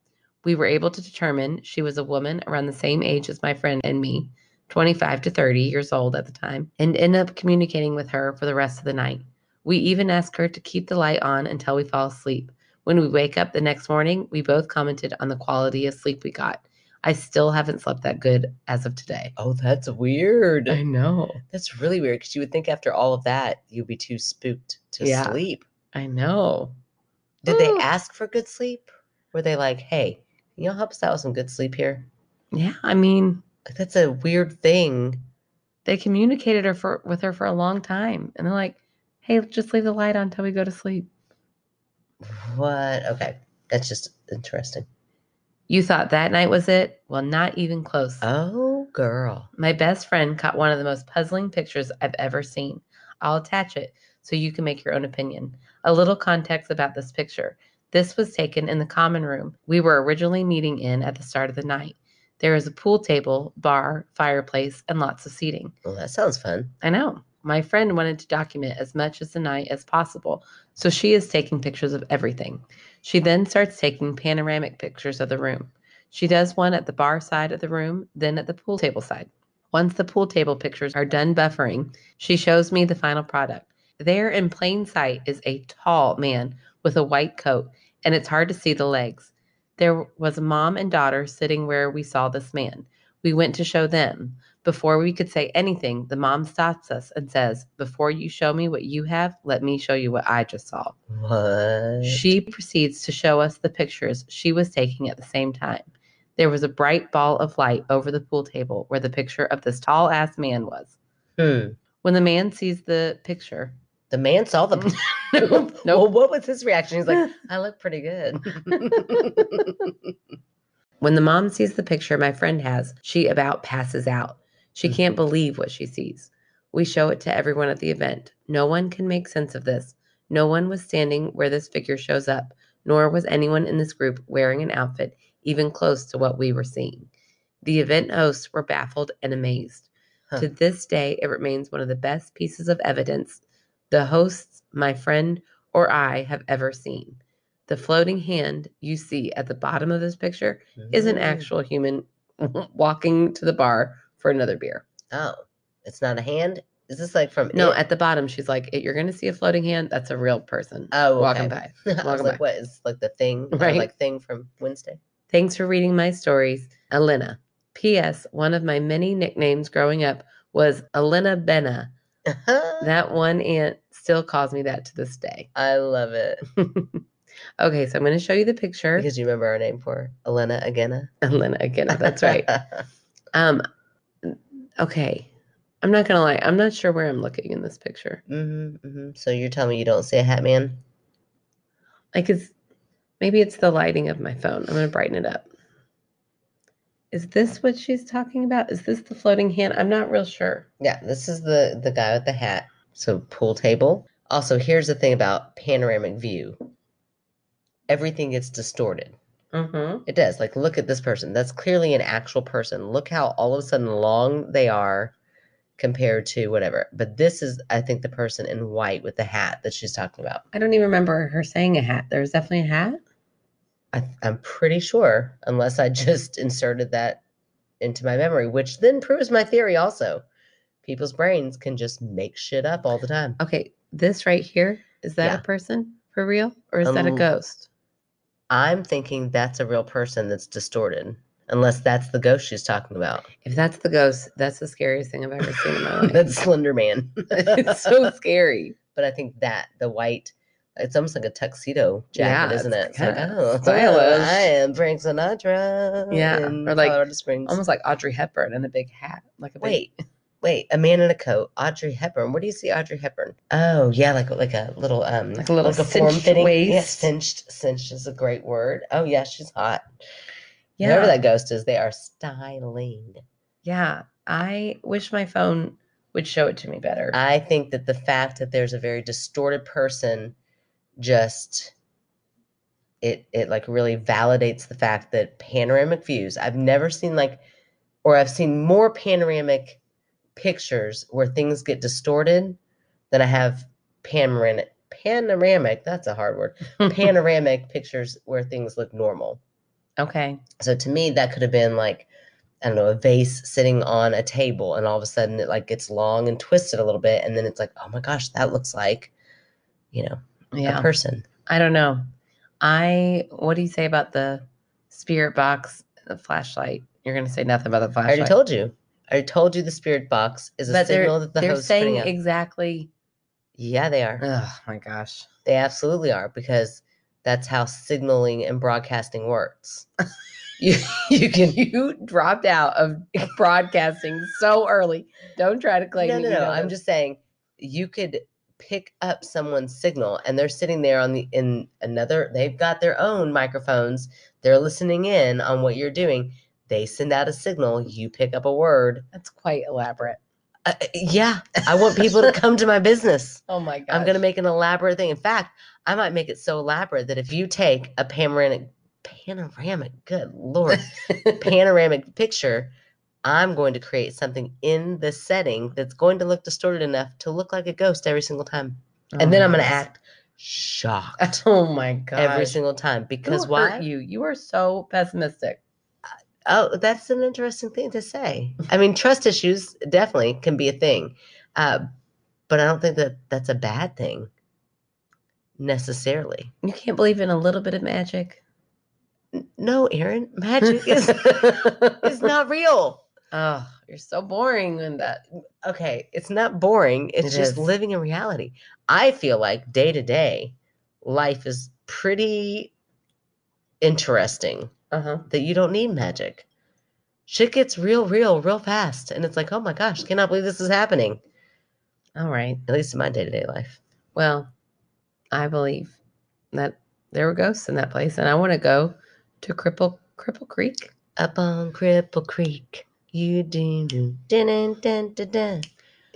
[SPEAKER 2] We were able to determine she was a woman around the same age as my friend and me, 25 to 30 years old at the time, and end up communicating with her for the rest of the night. We even ask her to keep the light on until we fall asleep. When we wake up the next morning, we both commented on the quality of sleep we got. I still haven't slept that good as of today.
[SPEAKER 1] Oh, that's weird.
[SPEAKER 2] know.
[SPEAKER 1] That's really weird because you would think after all of that, you'd be too spooked to
[SPEAKER 2] Yeah.
[SPEAKER 1] sleep.
[SPEAKER 2] I know.
[SPEAKER 1] Did they
[SPEAKER 2] Ooh.
[SPEAKER 1] ask for good sleep? Were they like, hey, can y'all help us out with some good sleep here?
[SPEAKER 2] Yeah, I mean,
[SPEAKER 1] Like, that's a weird thing.
[SPEAKER 2] they communicated her for with her for a long time, and they're like, "Hey, just leave the light on till we go to sleep."
[SPEAKER 1] What? Okay. That's just interesting.
[SPEAKER 2] You thought that night was it? Well, not even close.
[SPEAKER 1] Oh, girl.
[SPEAKER 2] My best friend caught one of the most puzzling pictures I've ever seen. I'll attach it so you can make your own opinion. A little context about this picture. This was taken in the common room we were originally meeting in at the start of the night. There is a pool table, bar, fireplace, and lots of seating.
[SPEAKER 1] Well, that sounds fun.
[SPEAKER 2] I know. My friend wanted to document as much as the night as possible, so she is taking pictures of everything. She then starts taking panoramic pictures of the room. She does one at the bar side of the room, then at the pool table side. Once the pool table pictures are done buffering, she shows me the final product. There in plain sight is a tall man with a white coat, and it's hard to see the legs. There was a mom and daughter sitting where we saw this man. We went to show them. Before we could say anything, the mom stops us and says, Before you show me what you have, let me show you what I just saw.
[SPEAKER 1] What?
[SPEAKER 2] She proceeds to show us the pictures she was taking at the same time. There was a bright ball of light over the pool table where the picture of this tall ass man was.
[SPEAKER 1] Hmm.
[SPEAKER 2] When the man sees the picture,
[SPEAKER 1] The man saw the.
[SPEAKER 2] nope,
[SPEAKER 1] Well,
[SPEAKER 2] nope.
[SPEAKER 1] what was his reaction? He's like, I look pretty good.
[SPEAKER 2] When the mom sees the picture my friend has, she about passes out. She
[SPEAKER 1] Mhm.
[SPEAKER 2] can't believe what she sees. We show it to everyone at the event. No one can make sense of this. No one was standing where this figure shows up, nor was anyone in this group wearing an outfit even close to what we were seeing. The event hosts were baffled and amazed.
[SPEAKER 1] Huh.
[SPEAKER 2] To this day, it remains one of the best pieces of evidence the hosts, my friend, or I have ever seen. The floating hand you see at the bottom of this picture is an
[SPEAKER 1] Mm.
[SPEAKER 2] actual human walking to the bar for another beer.
[SPEAKER 1] Oh, it's not a hand. Is this like from?
[SPEAKER 2] No,
[SPEAKER 1] It?
[SPEAKER 2] at the bottom, she's like, "If "You're going to see a floating hand. That's a real person
[SPEAKER 1] oh, okay.
[SPEAKER 2] walking by."
[SPEAKER 1] I was
[SPEAKER 2] Welcome
[SPEAKER 1] like,
[SPEAKER 2] back.
[SPEAKER 1] what is like the thing? or,
[SPEAKER 2] Right.
[SPEAKER 1] Like thing from Wednesday.
[SPEAKER 2] Thanks for reading my stories, Elena. P.S. One of my many nicknames growing up was Elena Benna. That one aunt still calls me that to this day.
[SPEAKER 1] I love it
[SPEAKER 2] okay, so I'm going to show you the picture.
[SPEAKER 1] because you remember our name for Elena Agena.
[SPEAKER 2] Elena again. That's right. Um, okay. I'm not going to lie. I'm not sure where I'm looking in this picture.
[SPEAKER 1] hmm hmm So you're telling me you don't see a hat man?
[SPEAKER 2] Like it's maybe it's the lighting of my phone. I'm gonna brighten it up. Is this what she's talking about? Is this the floating hand? I'm not real sure.
[SPEAKER 1] Yeah, this is the the guy with the hat. So pool table. Also, here's the thing about panoramic view. Everything gets distorted.
[SPEAKER 2] Mm-hmm.
[SPEAKER 1] It does. Like, look at this person. That's clearly an actual person. Look how all of a sudden long they are compared to whatever. But this is, I think, the person in white with the hat that she's talking about.
[SPEAKER 2] I don't even remember her saying a hat. There was definitely a hat.
[SPEAKER 1] I, I'm pretty sure, unless I just inserted that into my memory, which then proves my theory also. People's brains can just make shit up all the time.
[SPEAKER 2] Okay, this right here is that
[SPEAKER 1] Yeah.
[SPEAKER 2] a person for real, or is that a
[SPEAKER 1] Um,
[SPEAKER 2] ghost?
[SPEAKER 1] I'm thinking that's a real person that's distorted, unless that's the ghost she's talking about.
[SPEAKER 2] If that's the ghost, that's the scariest thing I've ever seen in my life.
[SPEAKER 1] that's Slender Man.
[SPEAKER 2] it's so scary.
[SPEAKER 1] but I think that the white, it's almost like a tuxedo jacket,
[SPEAKER 2] Yeah,
[SPEAKER 1] isn't
[SPEAKER 2] it's
[SPEAKER 1] it? It's like,
[SPEAKER 2] kinda
[SPEAKER 1] oh,
[SPEAKER 2] stylish.
[SPEAKER 1] I am Frank Sinatra.
[SPEAKER 2] Yeah,
[SPEAKER 1] in
[SPEAKER 2] or like,
[SPEAKER 1] Colorado Springs.
[SPEAKER 2] Almost like Audrey Hepburn in a big hat, like a big,
[SPEAKER 1] wait, wait, a man in a coat, Audrey Hepburn. Where do you see Audrey Hepburn? Oh, yeah, like like a little um,
[SPEAKER 2] Like a little cinched
[SPEAKER 1] Yeah,
[SPEAKER 2] waist.
[SPEAKER 1] cinched, cinched is a great word. Oh yeah, she's hot.
[SPEAKER 2] Yeah,
[SPEAKER 1] Whoever that ghost is, they are styling.
[SPEAKER 2] yeah. I wish my phone would show it to me better.
[SPEAKER 1] I think that the fact that there's a very distorted person just it it like really validates the fact that panoramic views I've never seen like or I've seen more panoramic pictures where things get distorted than I have panoramic panoramic that's a hard word panoramic pictures where things look normal
[SPEAKER 2] okay.
[SPEAKER 1] so to me, that could have been like, I don't know, a vase sitting on a table, and all of a sudden it like gets long and twisted a little bit, and then it's like, oh my gosh, that looks like, you know, a
[SPEAKER 2] Yeah.
[SPEAKER 1] person.
[SPEAKER 2] I don't know. I what do you say about the spirit box, the flashlight? You're gonna say nothing about the
[SPEAKER 1] I
[SPEAKER 2] flashlight.
[SPEAKER 1] already told you. I already told you the spirit box is a
[SPEAKER 2] but they're,
[SPEAKER 1] signal that the
[SPEAKER 2] they're
[SPEAKER 1] host
[SPEAKER 2] saying
[SPEAKER 1] putting out.
[SPEAKER 2] exactly.
[SPEAKER 1] yeah, they are.
[SPEAKER 2] Oh my gosh.
[SPEAKER 1] They absolutely are because that's how signaling and broadcasting works.
[SPEAKER 2] You you can you dropped out of broadcasting so early. Don't try to claim.
[SPEAKER 1] no,
[SPEAKER 2] that
[SPEAKER 1] no,
[SPEAKER 2] you
[SPEAKER 1] no.
[SPEAKER 2] know
[SPEAKER 1] I'm
[SPEAKER 2] this.
[SPEAKER 1] just saying you could pick up someone's signal and they're sitting there on the in another they've got their own microphones. They're listening in on what you're doing. They send out a signal, you pick up a word.
[SPEAKER 2] that's quite elaborate.
[SPEAKER 1] Uh, uh, yeah, I want people to come to my business.
[SPEAKER 2] Oh my gosh.
[SPEAKER 1] I'm going to make an elaborate thing. In fact, I might make it so elaborate that if you take a panoramic panoramic, good lord, panoramic picture, I'm going to create something in the setting that's going to look distorted enough to look like a ghost every single time.
[SPEAKER 2] Oh
[SPEAKER 1] and then
[SPEAKER 2] my
[SPEAKER 1] I'm going to
[SPEAKER 2] gosh.
[SPEAKER 1] act shocked
[SPEAKER 2] Oh my god.
[SPEAKER 1] every single time because why?
[SPEAKER 2] you? You are so pessimistic.
[SPEAKER 1] Oh, that's an interesting thing to say. I mean, trust issues definitely can be a thing, uh, but I don't think that that's a bad thing necessarily.
[SPEAKER 2] You can't believe in a little bit of magic.
[SPEAKER 1] N- No, Aaron, magic is, is not real.
[SPEAKER 2] Oh, you're so boring in that.
[SPEAKER 1] okay, it's not boring. It's
[SPEAKER 2] It
[SPEAKER 1] just
[SPEAKER 2] is.
[SPEAKER 1] living in reality. I feel like day to day life is pretty interesting
[SPEAKER 2] Uh-huh.
[SPEAKER 1] that you don't need magic. Shit gets real, real, real fast. And it's like, oh my gosh, cannot believe this is happening.
[SPEAKER 2] All right.
[SPEAKER 1] At least in my day to day life.
[SPEAKER 2] Well, I believe that there were ghosts in that place, and I want to go to Cripple Cripple Creek.
[SPEAKER 1] Up on Cripple Creek, you do do dun dun dun dun dun.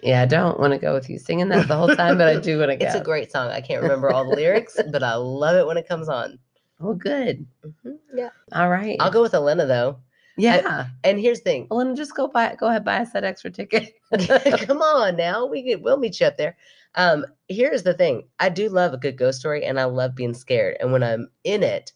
[SPEAKER 2] Yeah, I don't want to go with you singing that the whole time, but I do want to go.
[SPEAKER 1] It's a great song. I can't remember all the lyrics, but I love it when it comes on.
[SPEAKER 2] well, good.
[SPEAKER 1] Mhm, Yeah.
[SPEAKER 2] All right.
[SPEAKER 1] I'll go with Elena though.
[SPEAKER 2] Yeah.
[SPEAKER 1] And here's the thing.
[SPEAKER 2] well, then just go buy. Go ahead, buy us that extra ticket.
[SPEAKER 1] Come on now. We could we'll meet you up there. Um, here's the thing. I do love a good ghost story and I love being scared. And when I'm in it,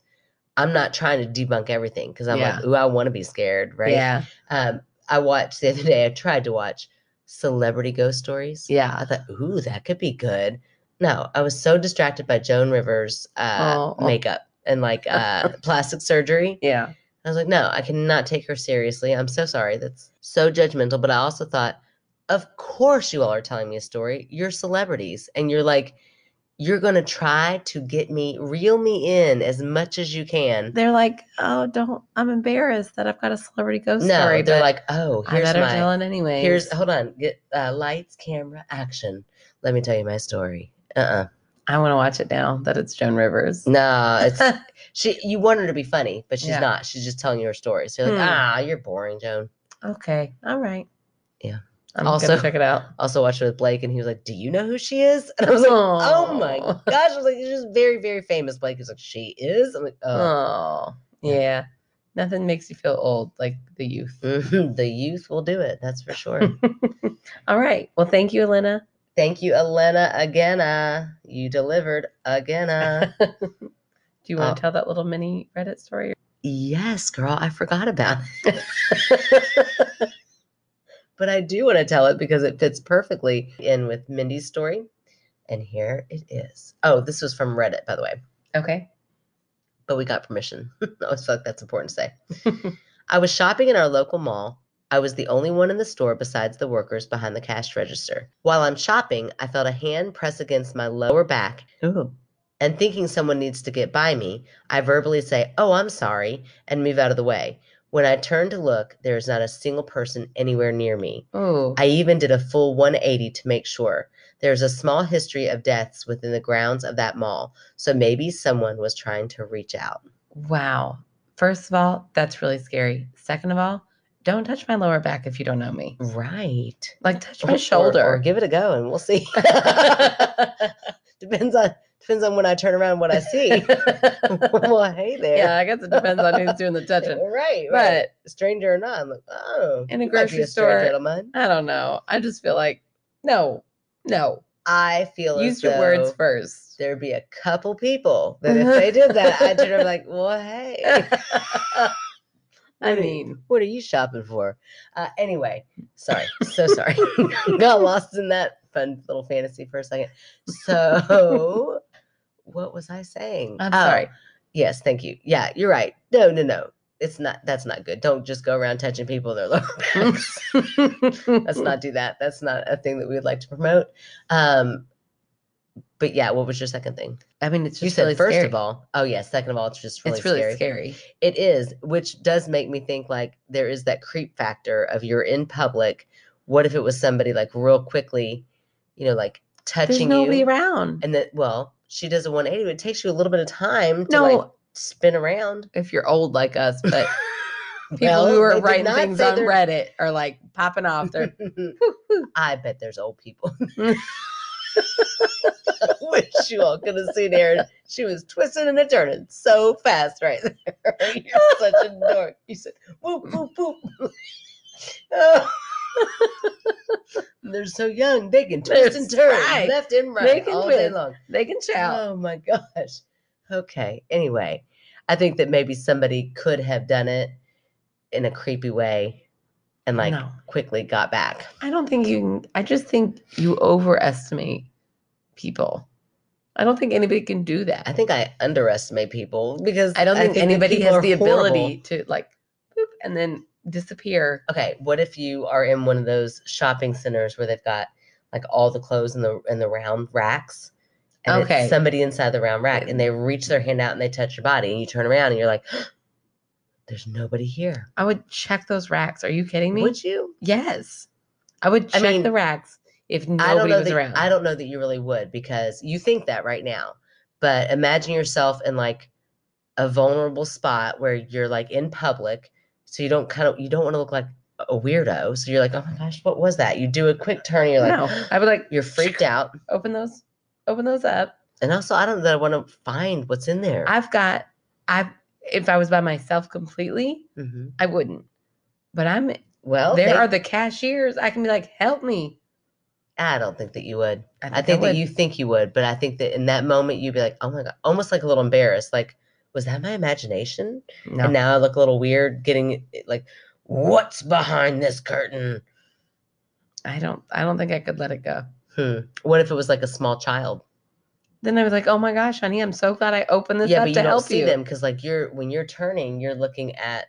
[SPEAKER 1] I'm not trying to debunk everything because I'm like, ooh, I want to be scared, right?
[SPEAKER 2] Yeah.
[SPEAKER 1] Um, I watched the other day, I tried to watch celebrity ghost stories. I
[SPEAKER 2] Yeah.
[SPEAKER 1] thought, ooh, that could be good. No, I was so distracted by Joan Rivers uh,
[SPEAKER 2] Oh, oh.
[SPEAKER 1] makeup and like uh, plastic surgery.
[SPEAKER 2] Yeah.
[SPEAKER 1] I was like, no, I cannot take her seriously. I'm so sorry. That's so judgmental. But I also thought, of course, you all are telling me a story. You're celebrities. And you're like, you're going to try to get me, reel me in as much as you can.
[SPEAKER 2] They're like, oh, don't. I'm embarrassed that I've got a celebrity ghost
[SPEAKER 1] no,
[SPEAKER 2] story.
[SPEAKER 1] they're
[SPEAKER 2] but
[SPEAKER 1] like, oh,
[SPEAKER 2] I
[SPEAKER 1] here's
[SPEAKER 2] better
[SPEAKER 1] my.
[SPEAKER 2] tell it anyway.
[SPEAKER 1] Here's hold on. Get uh, lights, camera, action. Let me tell you my story. Uh uh
[SPEAKER 2] I want to watch it now that it's Joan Rivers.
[SPEAKER 1] Mm. No, it's she. You want her to be funny, but she's
[SPEAKER 2] Yeah.
[SPEAKER 1] not. She's just telling you her story. So you're like,
[SPEAKER 2] Hmm.
[SPEAKER 1] ah, you're boring, Joan.
[SPEAKER 2] Okay. All right.
[SPEAKER 1] Yeah.
[SPEAKER 2] I'm
[SPEAKER 1] Also-
[SPEAKER 2] gonna check it out.
[SPEAKER 1] Also watched it with Blake, and he was like, "Do you know who she is?" And I was like, "Oh my
[SPEAKER 2] Oh.
[SPEAKER 1] gosh!" I was like, "She's very, very famous." Blake is like, "She is." I'm like, "Oh,
[SPEAKER 2] Oh.
[SPEAKER 1] Yeah.
[SPEAKER 2] Yeah. Nothing makes you feel old like the youth.
[SPEAKER 1] mhm, the youth will do it. That's for sure."
[SPEAKER 2] All right. Well, thank you, Elena.
[SPEAKER 1] Thank you, Elena. Again, uh, you delivered again. Uh.
[SPEAKER 2] Do you want
[SPEAKER 1] Oh.
[SPEAKER 2] to tell that little mini Reddit story?
[SPEAKER 1] Yes, girl, I forgot about it. but I do want to tell it because it fits perfectly in with Mindy's story. And here it is. Oh, this was from Reddit, by the way,
[SPEAKER 2] Okay.
[SPEAKER 1] but we got permission. I always feel like that's important to say. I was shopping in our local mall. I was the only one in the store besides the workers behind the cash register. While I'm shopping, I felt a hand press against my lower back
[SPEAKER 2] Ooh.
[SPEAKER 1] and thinking someone needs to get by me, I verbally say, Oh, I'm sorry, and move out of the way. When I turn to look, there is not a single person anywhere near me.
[SPEAKER 2] Ooh.
[SPEAKER 1] I even did a full 180 to make sure. There's a small history of deaths within the grounds of that mall, so maybe someone was trying to reach out.
[SPEAKER 2] Wow. First of all, that's really scary. Second of all, don't touch my lower back if you don't know me.
[SPEAKER 1] Right.
[SPEAKER 2] Like touch
[SPEAKER 1] Or-
[SPEAKER 2] my
[SPEAKER 1] or-
[SPEAKER 2] shoulder.
[SPEAKER 1] Or, give it a go and we'll see. depends on depends on when I turn around what I see. well, hey there.
[SPEAKER 2] yeah, I guess it depends on who's doing the touching.
[SPEAKER 1] Right, right.
[SPEAKER 2] But
[SPEAKER 1] stranger or not, I'm like, oh,
[SPEAKER 2] In a
[SPEAKER 1] you might be
[SPEAKER 2] grocery
[SPEAKER 1] strange
[SPEAKER 2] store-
[SPEAKER 1] gentleman.
[SPEAKER 2] I don't know. I just feel like no, no.
[SPEAKER 1] I feel
[SPEAKER 2] Use
[SPEAKER 1] as
[SPEAKER 2] your words
[SPEAKER 1] though
[SPEAKER 2] first.
[SPEAKER 1] There'd be a couple people that if they did that, I'd turn around like, well, hey,
[SPEAKER 2] I
[SPEAKER 1] Wait.
[SPEAKER 2] mean,
[SPEAKER 1] what are you shopping for? Uh, anyway, sorry, so sorry, got lost in that fun little fantasy for a second. So, what was I saying?
[SPEAKER 2] I'm
[SPEAKER 1] Oh,
[SPEAKER 2] sorry.
[SPEAKER 1] Yes, thank you. Yeah, you're right. No, no, no. It's not. That's not good. Don't just go around touching people in their lower backs. oh. let's not do that. That's not a thing that we would like to promote. Um, but yeah, what was your second thing?
[SPEAKER 2] I mean, it's just
[SPEAKER 1] you said
[SPEAKER 2] really
[SPEAKER 1] first
[SPEAKER 2] scary.
[SPEAKER 1] of all. Oh yeah, second of all, it's just really,
[SPEAKER 2] it's really
[SPEAKER 1] scary.
[SPEAKER 2] scary.
[SPEAKER 1] It is, which does make me think like there is that creep factor of you're in public. What if it was somebody like real quickly, you know, like
[SPEAKER 2] There's
[SPEAKER 1] touching
[SPEAKER 2] nobody
[SPEAKER 1] you,
[SPEAKER 2] around.
[SPEAKER 1] and that well, she does a 180. but It takes you a little bit of time to
[SPEAKER 2] no,
[SPEAKER 1] like spin around.
[SPEAKER 2] if you're old like us, but people
[SPEAKER 1] Well,
[SPEAKER 2] who
[SPEAKER 1] they
[SPEAKER 2] are
[SPEAKER 1] did
[SPEAKER 2] writing
[SPEAKER 1] not
[SPEAKER 2] things
[SPEAKER 1] say
[SPEAKER 2] on
[SPEAKER 1] they're-
[SPEAKER 2] Reddit are like popping off. They're
[SPEAKER 1] I bet there's old people. Wish you all could have seen Erin. She was twisting and a turning so fast right there. You're such a dork. You said whoop whoop whoop. oh. They're so young. They can twist
[SPEAKER 2] They're
[SPEAKER 1] and turn
[SPEAKER 2] right.
[SPEAKER 1] left and right
[SPEAKER 2] can
[SPEAKER 1] all day
[SPEAKER 2] twist.
[SPEAKER 1] long.
[SPEAKER 2] they can chow.
[SPEAKER 1] Oh my gosh. Okay. Anyway, I think that maybe somebody could have done it in a creepy way and like
[SPEAKER 2] No.
[SPEAKER 1] quickly got back.
[SPEAKER 2] I don't think you. can- I just think you overestimate people. I don't think anybody can do that.
[SPEAKER 1] I think I underestimate people because
[SPEAKER 2] I don't think,
[SPEAKER 1] that
[SPEAKER 2] anybody
[SPEAKER 1] people
[SPEAKER 2] has
[SPEAKER 1] are
[SPEAKER 2] the
[SPEAKER 1] horrible.
[SPEAKER 2] ability to like boop and then disappear.
[SPEAKER 1] Okay, what if you are in one of those shopping centers where they've got like all the clothes in the in the round racks? And it's
[SPEAKER 2] Okay.
[SPEAKER 1] somebody inside the round rack, and they reach their hand out and they touch your body, and you turn around and you're like, "There's nobody here."
[SPEAKER 2] I would check those racks. Are you kidding me?
[SPEAKER 1] Would you?
[SPEAKER 2] yes. I would
[SPEAKER 1] I
[SPEAKER 2] check
[SPEAKER 1] mean,
[SPEAKER 2] the racks if
[SPEAKER 1] I don't
[SPEAKER 2] nobody
[SPEAKER 1] know
[SPEAKER 2] was
[SPEAKER 1] that
[SPEAKER 2] around.
[SPEAKER 1] I don't know that you really would because you think that right now, but imagine yourself in like a vulnerable spot where you're like in public, so you don't kind of you don't want to look like a weirdo. So you're like, oh my gosh, what was that? You do a quick turn. And you're like,
[SPEAKER 2] no, I would like
[SPEAKER 1] you're freaked out.
[SPEAKER 2] open those, open those up.
[SPEAKER 1] And also, I don't know that I want to find what's in there.
[SPEAKER 2] I've got, I've if I was by myself completely,
[SPEAKER 1] Mhm.
[SPEAKER 2] I wouldn't. But I'm
[SPEAKER 1] Well,
[SPEAKER 2] there
[SPEAKER 1] they-
[SPEAKER 2] are the cashiers. I can be like, help me.
[SPEAKER 1] I don't think that you would. I
[SPEAKER 2] I
[SPEAKER 1] think that
[SPEAKER 2] would.
[SPEAKER 1] you think you would, but I think that in that moment you'd be like, oh my god, almost like a little embarrassed. Like, was that my imagination?
[SPEAKER 2] No.
[SPEAKER 1] And now I look a little weird, getting like, what's behind this curtain?
[SPEAKER 2] I don't. I don't think I could let it go.
[SPEAKER 1] Hmm. What if it was like a small child?
[SPEAKER 2] Then I was like, oh my gosh, honey, I'm so glad I opened this
[SPEAKER 1] yeah,
[SPEAKER 2] up
[SPEAKER 1] but you
[SPEAKER 2] to
[SPEAKER 1] don't
[SPEAKER 2] help
[SPEAKER 1] see
[SPEAKER 2] you.
[SPEAKER 1] them because like you're when you're turning, you're looking at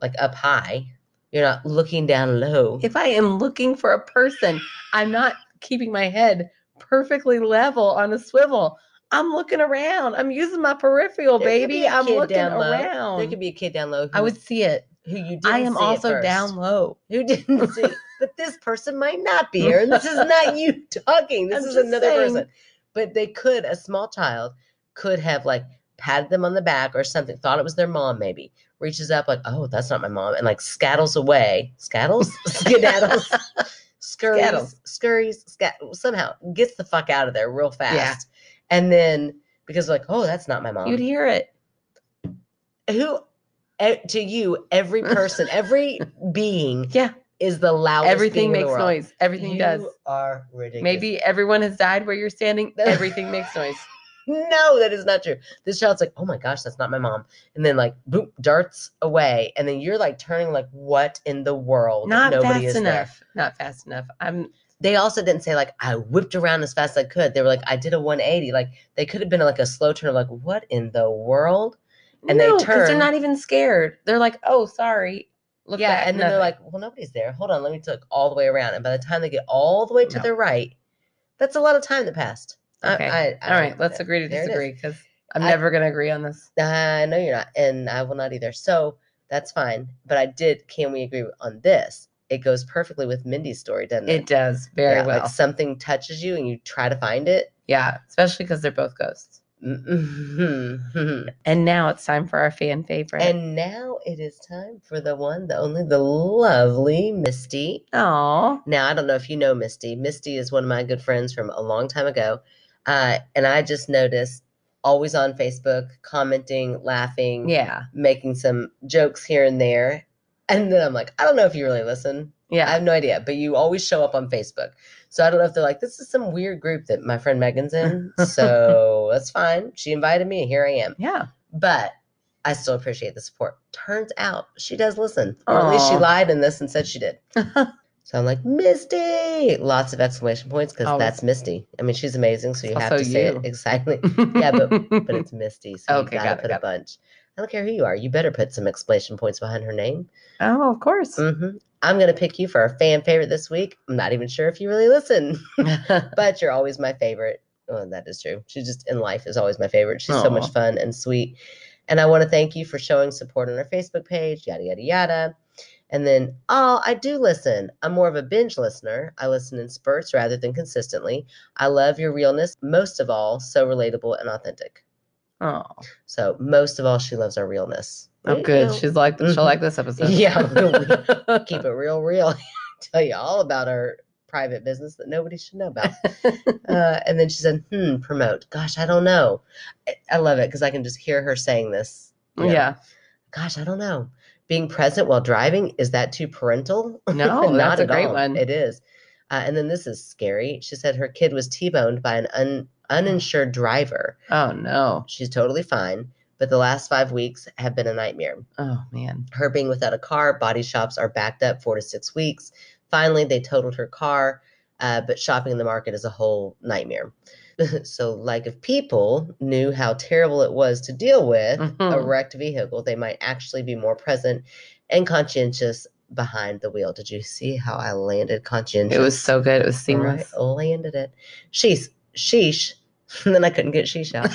[SPEAKER 1] like up high. You're not looking down low.
[SPEAKER 2] If I am looking for a person, I'm not keeping my head perfectly level on a swivel. I'm looking around. I'm using my peripheral,
[SPEAKER 1] There could be
[SPEAKER 2] baby.
[SPEAKER 1] a
[SPEAKER 2] I'm
[SPEAKER 1] kid
[SPEAKER 2] looking
[SPEAKER 1] down low.
[SPEAKER 2] around.
[SPEAKER 1] there could be a kid down low. Who,
[SPEAKER 2] I would see it.
[SPEAKER 1] who you didn't
[SPEAKER 2] I am
[SPEAKER 1] see at
[SPEAKER 2] also
[SPEAKER 1] first.
[SPEAKER 2] down low.
[SPEAKER 1] who didn't see. But this person might not be here. And this is not you talking. This
[SPEAKER 2] I'm
[SPEAKER 1] is
[SPEAKER 2] just
[SPEAKER 1] another
[SPEAKER 2] saying.
[SPEAKER 1] person. But they could, a small child could have like patted them on the back or something, thought it was their mom, maybe. Reaches up, like, oh, that's not my mom, and like scattles away. Scattles? Skedaddles. Scurries.
[SPEAKER 2] Scattles.
[SPEAKER 1] Scurries. Scat- somehow gets the fuck out of there real fast. And then because like, oh, that's not my mom
[SPEAKER 2] You'd hear it.
[SPEAKER 1] who e- to you every person every being
[SPEAKER 2] Yeah.
[SPEAKER 1] is the loudest
[SPEAKER 2] Everything
[SPEAKER 1] being in
[SPEAKER 2] makes
[SPEAKER 1] the world.
[SPEAKER 2] noise. Everything
[SPEAKER 1] you
[SPEAKER 2] does.
[SPEAKER 1] are ridiculous
[SPEAKER 2] Maybe everyone has died where you're standing. Everything makes noise.
[SPEAKER 1] no that is not true this child's like oh my gosh that's not my mom and then like boop darts away and then you're like turning like what in the world
[SPEAKER 2] Not fast
[SPEAKER 1] nobody is there
[SPEAKER 2] enough. Not fast enough. I'm
[SPEAKER 1] they also didn't say like i whipped around as fast as i could they were like i did a 180 like they could have been like a slow turn of like what in the world And they
[SPEAKER 2] No, 'cause They're
[SPEAKER 1] turn.
[SPEAKER 2] not even scared. They're like, oh, sorry. Look
[SPEAKER 1] yeah,
[SPEAKER 2] back,
[SPEAKER 1] and then they're
[SPEAKER 2] nothing.
[SPEAKER 1] like, "Well, nobody's there. Hold on, let me look all the way around." And by the time they get all the way to
[SPEAKER 2] No.
[SPEAKER 1] their right, that's a lot of time that passed. I-
[SPEAKER 2] Okay.
[SPEAKER 1] I, I,
[SPEAKER 2] Uh, all
[SPEAKER 1] don't
[SPEAKER 2] right,
[SPEAKER 1] know.
[SPEAKER 2] let's agree to
[SPEAKER 1] There it is.
[SPEAKER 2] disagree because I'm
[SPEAKER 1] I-
[SPEAKER 2] never going to agree on this.
[SPEAKER 1] Uh, no, you're not, and I will not either. So that's fine. But I did. Can we agree on this? It goes perfectly with Mindy's story, doesn't it?
[SPEAKER 2] It does very
[SPEAKER 1] Mm. Yeah,
[SPEAKER 2] well.
[SPEAKER 1] Like something touches you, and you try to find it.
[SPEAKER 2] yeah, especially because they're both ghosts.
[SPEAKER 1] Mhm.
[SPEAKER 2] And now it's time for our fan favorite.
[SPEAKER 1] and now it is time for the one, the only, the lovely Misty.
[SPEAKER 2] Aw.
[SPEAKER 1] Now, I don't know if you know Misty. Misty is one of my good friends from a long time ago. Uh, and I just noticed always on Facebook, commenting, laughing,
[SPEAKER 2] Yeah.
[SPEAKER 1] making some jokes here and there. And then I'm like, I don't know if you really listen. I
[SPEAKER 2] Yeah.
[SPEAKER 1] have no idea, but you always show up on Facebook. So I don't know if they're like, this is some weird group that my friend Megan's in. so that's fine. She invited me, and here I am
[SPEAKER 2] yeah.
[SPEAKER 1] but I still appreciate the support. Turns out she does listen, or at least she
[SPEAKER 2] Aw.
[SPEAKER 1] lied in this and said she did. so I'm like, Misty! Lots of exclamation points because
[SPEAKER 2] Always.
[SPEAKER 1] that's Misty. I mean, she's amazing, so you
[SPEAKER 2] It's
[SPEAKER 1] have to
[SPEAKER 2] also
[SPEAKER 1] say
[SPEAKER 2] you.
[SPEAKER 1] it exactly. Yeah, but it's Misty, so
[SPEAKER 2] Mm-hmm. Okay,
[SPEAKER 1] you gotta
[SPEAKER 2] got it,
[SPEAKER 1] put
[SPEAKER 2] got
[SPEAKER 1] a
[SPEAKER 2] it.
[SPEAKER 1] bunch. I don't care who you are, you better put some exclamation points behind her name.
[SPEAKER 2] oh, of course.
[SPEAKER 1] hmm I'm gonna pick you for our fan favorite this week. I'm not even sure if you really listen,
[SPEAKER 2] Oh,
[SPEAKER 1] but you're always my favorite. Oh, that is true. She's just in life is always my favorite. She's so
[SPEAKER 2] Aw.
[SPEAKER 1] much fun and sweet. And I want to thank you for showing support on our Facebook page, yada, yada, yada. And then, oh, I do listen. I'm more of a binge listener. I listen in spurts rather than consistently. I love your realness, most of all, so relatable and authentic.
[SPEAKER 2] Aw.
[SPEAKER 1] So, most of all, she loves our realness.
[SPEAKER 2] I'm Oh, good.
[SPEAKER 1] Ew.
[SPEAKER 2] She's like, she'll
[SPEAKER 1] Mhm.
[SPEAKER 2] like this episode.
[SPEAKER 1] Yeah. Keep it real, real. Tell you all about our private business that nobody should know about. Uh, and then she said, hmm, promote. Gosh, I don't know. I, I love it because I can just hear her saying this. you know,
[SPEAKER 2] yeah.
[SPEAKER 1] Gosh, I don't know. Being present while driving, is that too parental?
[SPEAKER 2] No, that's a
[SPEAKER 1] at
[SPEAKER 2] great
[SPEAKER 1] all.
[SPEAKER 2] one.
[SPEAKER 1] It is. Uh, and then this is scary. She said her kid was T boned by an un- uninsured driver.
[SPEAKER 2] Oh, no.
[SPEAKER 1] She's totally fine, but the last five weeks have been a nightmare
[SPEAKER 2] Oh, man.
[SPEAKER 1] her being without a car. Body shops are backed up four to six weeks. Finally, they totaled her car, uh, but shopping in the market is a whole nightmare. so, like, if people knew how terrible it was to deal with a
[SPEAKER 2] Mhm.
[SPEAKER 1] wrecked vehicle, they might actually be more present and conscientious behind the wheel. Did you see how I landed conscientious?
[SPEAKER 2] It was so good. It was
[SPEAKER 1] All
[SPEAKER 2] seamless.
[SPEAKER 1] right, landed it. Sheesh, sheesh. And then I couldn't get sheesh out.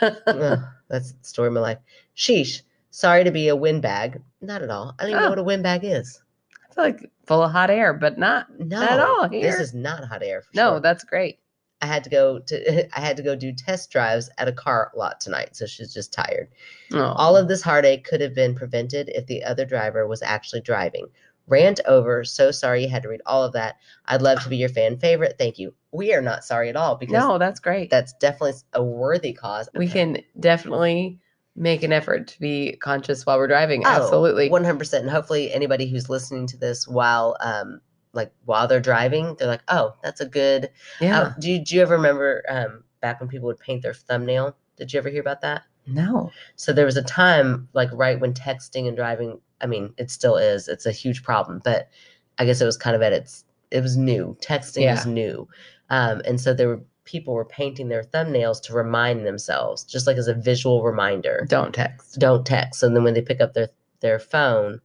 [SPEAKER 1] Ugh, that's the story of my life. Sheesh. Sorry to be a windbag. Not at all. I don't even know
[SPEAKER 2] Oh.
[SPEAKER 1] what a windbag is.
[SPEAKER 2] I feel like full of hot air, but not.
[SPEAKER 1] No,
[SPEAKER 2] all
[SPEAKER 1] This
[SPEAKER 2] here.
[SPEAKER 1] is not hot air. For
[SPEAKER 2] No,
[SPEAKER 1] sure.
[SPEAKER 2] that's great.
[SPEAKER 1] I had to go to. I had to go do test drives at a car lot tonight, so she's just tired.
[SPEAKER 2] Oh,
[SPEAKER 1] All of this heartache could have been prevented if the other driver was actually driving. Rant over. So sorry you had to read all of that. I'd love to be your fan favorite. Thank you. We are not sorry at all because
[SPEAKER 2] No, that's great.
[SPEAKER 1] that's definitely a worthy cause.
[SPEAKER 2] we can definitely make an effort to be conscious while we're driving.
[SPEAKER 1] Oh,
[SPEAKER 2] Absolutely.
[SPEAKER 1] 100%. And hopefully anybody who's listening to this while, um, like while they're driving, they're like, "Oh, that's a good."
[SPEAKER 2] yeah.
[SPEAKER 1] Uh, do, you- do you ever remember um, back when people would paint their thumbnail? Did you ever hear about that?
[SPEAKER 2] no.
[SPEAKER 1] So there was a time, like right when texting and driving, I mean, it still is, it's a huge problem, but I guess it was kind of at its, it was new. Texting was new. Um, and so there were people were painting their thumbnails to remind themselves, just like as a visual reminder,
[SPEAKER 2] Don't text.
[SPEAKER 1] don't text. And then when they pick up their, their phone,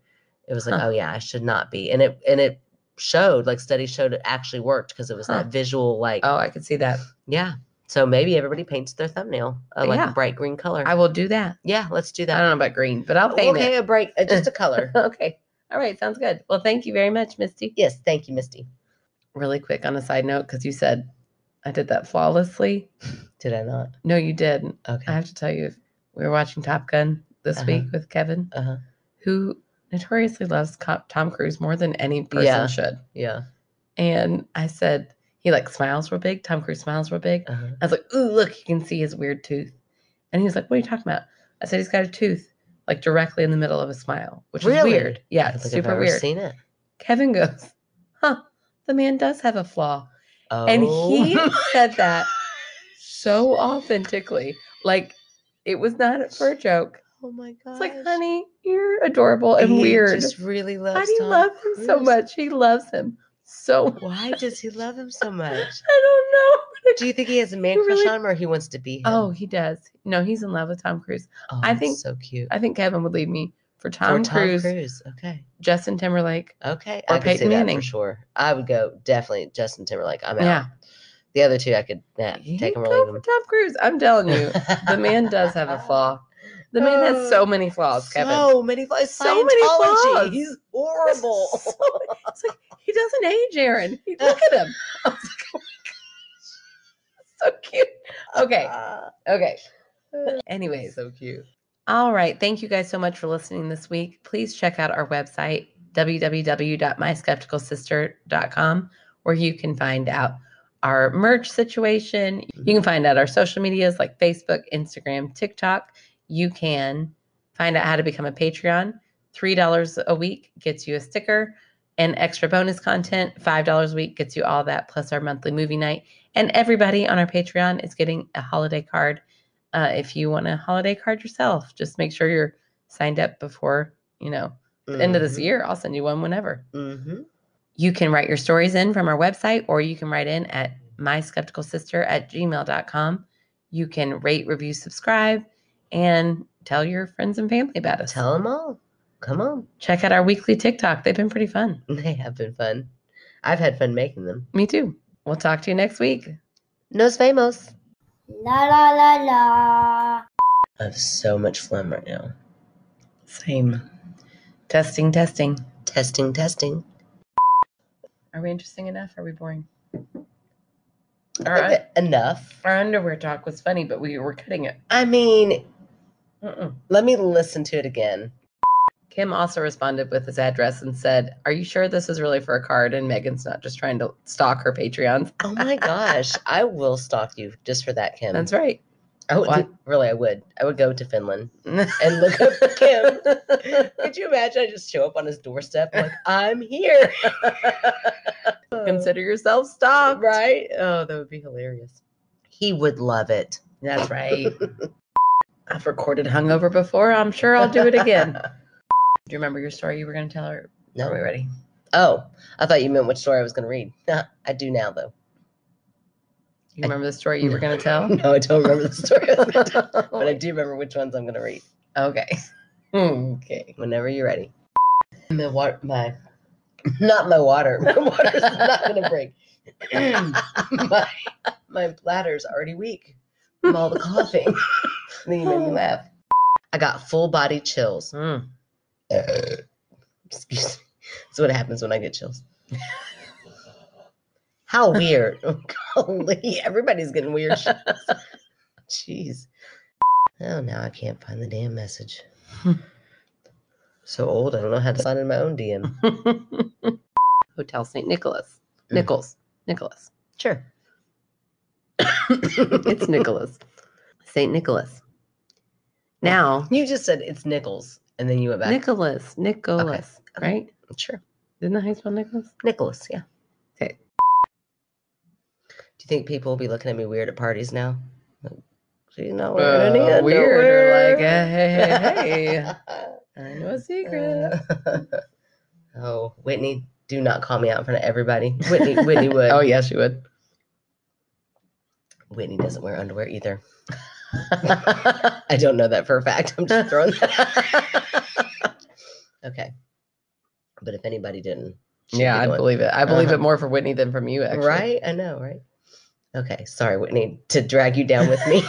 [SPEAKER 1] it was like,
[SPEAKER 2] Huh.
[SPEAKER 1] oh yeah, I should not be. And it, and it showed, like studies showed it actually worked because it was
[SPEAKER 2] Huh.
[SPEAKER 1] that visual, like,
[SPEAKER 2] Oh, I could see that.
[SPEAKER 1] yeah. So maybe everybody paints their thumbnail uh, like
[SPEAKER 2] Yeah.
[SPEAKER 1] a bright green color.
[SPEAKER 2] I will do that.
[SPEAKER 1] yeah, let's do
[SPEAKER 2] I
[SPEAKER 1] that.
[SPEAKER 2] don't know about green, but I'll paint
[SPEAKER 1] okay,
[SPEAKER 2] it.
[SPEAKER 1] a bright, uh, just a color.
[SPEAKER 2] Okay. All right. Sounds good. Well, thank you very much, Misty.
[SPEAKER 1] yes, thank you, Misty.
[SPEAKER 2] Really quick on a side note, because you said I did that flawlessly.
[SPEAKER 1] Did I not?
[SPEAKER 2] No, you didn't.
[SPEAKER 1] Okay.
[SPEAKER 2] I have to tell you, we were watching Top Gun this
[SPEAKER 1] Uh-huh.
[SPEAKER 2] week with Kevin,
[SPEAKER 1] uh-huh.
[SPEAKER 2] who notoriously loves Co- Tom Cruise more than any person
[SPEAKER 1] Yeah.
[SPEAKER 2] should.
[SPEAKER 1] Yeah.
[SPEAKER 2] And I said, he like smiles real big. Tom Cruise smiles real big.
[SPEAKER 1] Uh-huh.
[SPEAKER 2] I was like, ooh, look, you can see his weird tooth. And he was like, what are you talking about? I said, he's got a tooth like directly in the middle of a smile, which
[SPEAKER 1] Really?
[SPEAKER 2] is weird.
[SPEAKER 1] I
[SPEAKER 2] Yeah,
[SPEAKER 1] don't
[SPEAKER 2] it's
[SPEAKER 1] think I've
[SPEAKER 2] super
[SPEAKER 1] ever
[SPEAKER 2] weird.
[SPEAKER 1] Seen it.
[SPEAKER 2] Kevin goes, huh, the man does have a flaw.
[SPEAKER 1] Oh.
[SPEAKER 2] And he said that so authentically. Like, it was not for a joke.
[SPEAKER 1] Oh my god.
[SPEAKER 2] It's like, honey, you're adorable and weird.
[SPEAKER 1] Just really loves.
[SPEAKER 2] How do you
[SPEAKER 1] Tom
[SPEAKER 2] love him so
[SPEAKER 1] Cruise.
[SPEAKER 2] much? He loves him so much.
[SPEAKER 1] Why does he love him so much?
[SPEAKER 2] I don't know.
[SPEAKER 1] Do you think he has a man
[SPEAKER 2] He
[SPEAKER 1] crush
[SPEAKER 2] really-
[SPEAKER 1] on him, or he wants to be him?
[SPEAKER 2] Oh, he does. No, he's in love with Tom Cruise.
[SPEAKER 1] Oh,
[SPEAKER 2] I
[SPEAKER 1] that's
[SPEAKER 2] think-
[SPEAKER 1] so cute.
[SPEAKER 2] I think Kevin would leave me for
[SPEAKER 1] Or
[SPEAKER 2] Tom, Cruise,
[SPEAKER 1] Okay.
[SPEAKER 2] Justin Timberlake.
[SPEAKER 1] Okay.
[SPEAKER 2] Or
[SPEAKER 1] I could see
[SPEAKER 2] Peyton
[SPEAKER 1] that
[SPEAKER 2] Manning.
[SPEAKER 1] for sure. I would go definitely Justin Timberlake. I'm out.
[SPEAKER 2] Yeah,
[SPEAKER 1] The other two, I could nah,
[SPEAKER 2] He'd
[SPEAKER 1] take him or
[SPEAKER 2] go
[SPEAKER 1] leave
[SPEAKER 2] for
[SPEAKER 1] him.
[SPEAKER 2] Tom Cruise. I'm telling you, the man does have a flaw. The man has so many flaws, Kevin.
[SPEAKER 1] So many flaws.
[SPEAKER 2] So many
[SPEAKER 1] Scientology,
[SPEAKER 2] flaws.
[SPEAKER 1] He's horrible.
[SPEAKER 2] So many- it's like, he doesn't age, Aaron. He- Look at him. I was like, oh my gosh. so cute. Okay.
[SPEAKER 1] Ah,
[SPEAKER 2] Okay. Anyways,
[SPEAKER 1] so cute.
[SPEAKER 2] All right. Thank you guys so much for listening this week. Please check out our website, www.myskepticalsister.com, where you can find out our merch situation. You can find out our social medias like Facebook, Instagram, TikTok. You can find out how to become a Patreon. $3 a week gets you a sticker and extra bonus content. $5 a week gets you all that, plus our monthly movie night. And everybody on our Patreon is getting a holiday card uh, if you want a holiday card yourself, just make sure you're signed up before, you know, the end of this year. I'll send you one whenever.
[SPEAKER 1] Mm-hmm.
[SPEAKER 2] You can write your stories in from our website or you can write in at myskepticalsister at gmail.com. You can rate, review, subscribe, and tell your friends and family about us.
[SPEAKER 1] Tell them all. Come on.
[SPEAKER 2] Check out our weekly TikTok. They've been pretty fun.
[SPEAKER 1] They have been fun. I've had fun making them.
[SPEAKER 2] Me too. We'll talk to you next week.
[SPEAKER 1] Nos famous.
[SPEAKER 3] La la la la.
[SPEAKER 1] I have so much phlegm right now.
[SPEAKER 2] Same. Testing, testing.
[SPEAKER 1] Testing, testing.
[SPEAKER 2] Are we interesting enough? Are we boring?
[SPEAKER 1] I
[SPEAKER 2] All
[SPEAKER 1] think
[SPEAKER 2] right.
[SPEAKER 1] that- Enough.
[SPEAKER 2] Our underwear talk was funny, but we were cutting it.
[SPEAKER 1] I mean,
[SPEAKER 2] Mm-mm.
[SPEAKER 1] let me listen to it again.
[SPEAKER 2] Kim also responded with his address and said, Are you sure this is really for a card and Megan's not just trying to stalk her Patreons?
[SPEAKER 1] Oh my gosh. I will stalk you just for that, Kim.
[SPEAKER 2] That's right.
[SPEAKER 1] I would,
[SPEAKER 2] Why?
[SPEAKER 1] really, I would. I would go to Finland.
[SPEAKER 2] and
[SPEAKER 1] look up Kim. Could you imagine? I just show up on his doorstep, like I'm here.
[SPEAKER 2] Consider yourself stalked.
[SPEAKER 1] right? Oh, that would be hilarious. He would love it.
[SPEAKER 2] That's right. I've recorded hungover before. I'm sure I'll do it again. do you remember your story you were going to tell her?
[SPEAKER 1] No.
[SPEAKER 2] Are we ready?
[SPEAKER 1] Oh, I thought you meant which story I was going to read. Nah, I do now, though.
[SPEAKER 2] You remember the story you were going to tell?
[SPEAKER 1] No, I don't remember the story, I was gonna tell, but I do remember which ones I'm going to read.
[SPEAKER 2] okay. Okay.
[SPEAKER 1] Whenever you're ready. My water, my not my water. My water's not going to break. my, my bladder's already weak from all the coughing. And then you made me laugh. I got full body chills.
[SPEAKER 2] Mm.
[SPEAKER 1] Excuse me. That's what happens when I get chills. How weird. Golly, everybody's getting weird. chills. Jeez. Oh, now I can't find the damn message. So old, I don't know how to sign in my own DM.
[SPEAKER 2] Hotel St. Nicholas.
[SPEAKER 1] Mm.
[SPEAKER 2] Nichols. Nicholas.
[SPEAKER 1] Sure.
[SPEAKER 2] It's Nicholas. St. Nicholas. Now,
[SPEAKER 1] you just said it's Nichols, and then you went back.
[SPEAKER 2] Nicholas. Nicholas.
[SPEAKER 1] okay.
[SPEAKER 2] Right?
[SPEAKER 1] Sure.
[SPEAKER 2] Isn't that how you spell Nicholas?
[SPEAKER 1] Nicholas, yeah.
[SPEAKER 2] Okay.
[SPEAKER 1] Do you think people will be looking at me weird at parties now? Like, She's not
[SPEAKER 2] Uh,
[SPEAKER 1] wearing any underwear.
[SPEAKER 2] weird. Or like, uh, hey, hey, hey. I know a secret.
[SPEAKER 1] Uh, oh, Whitney, do not call me out in front of everybody. Whitney, Whitney would.
[SPEAKER 2] oh, yeah, she would.
[SPEAKER 1] Whitney doesn't wear underwear either. I don't know that for a fact. I'm just throwing that. okay. But if anybody didn't, she'd be
[SPEAKER 2] yeah, I
[SPEAKER 1] doing-
[SPEAKER 2] believe it. I believe
[SPEAKER 1] Uh-huh.
[SPEAKER 2] it more from Whitney than from you, actually.
[SPEAKER 1] Right? I know, right? Okay. Sorry, Whitney, to drag you down with me.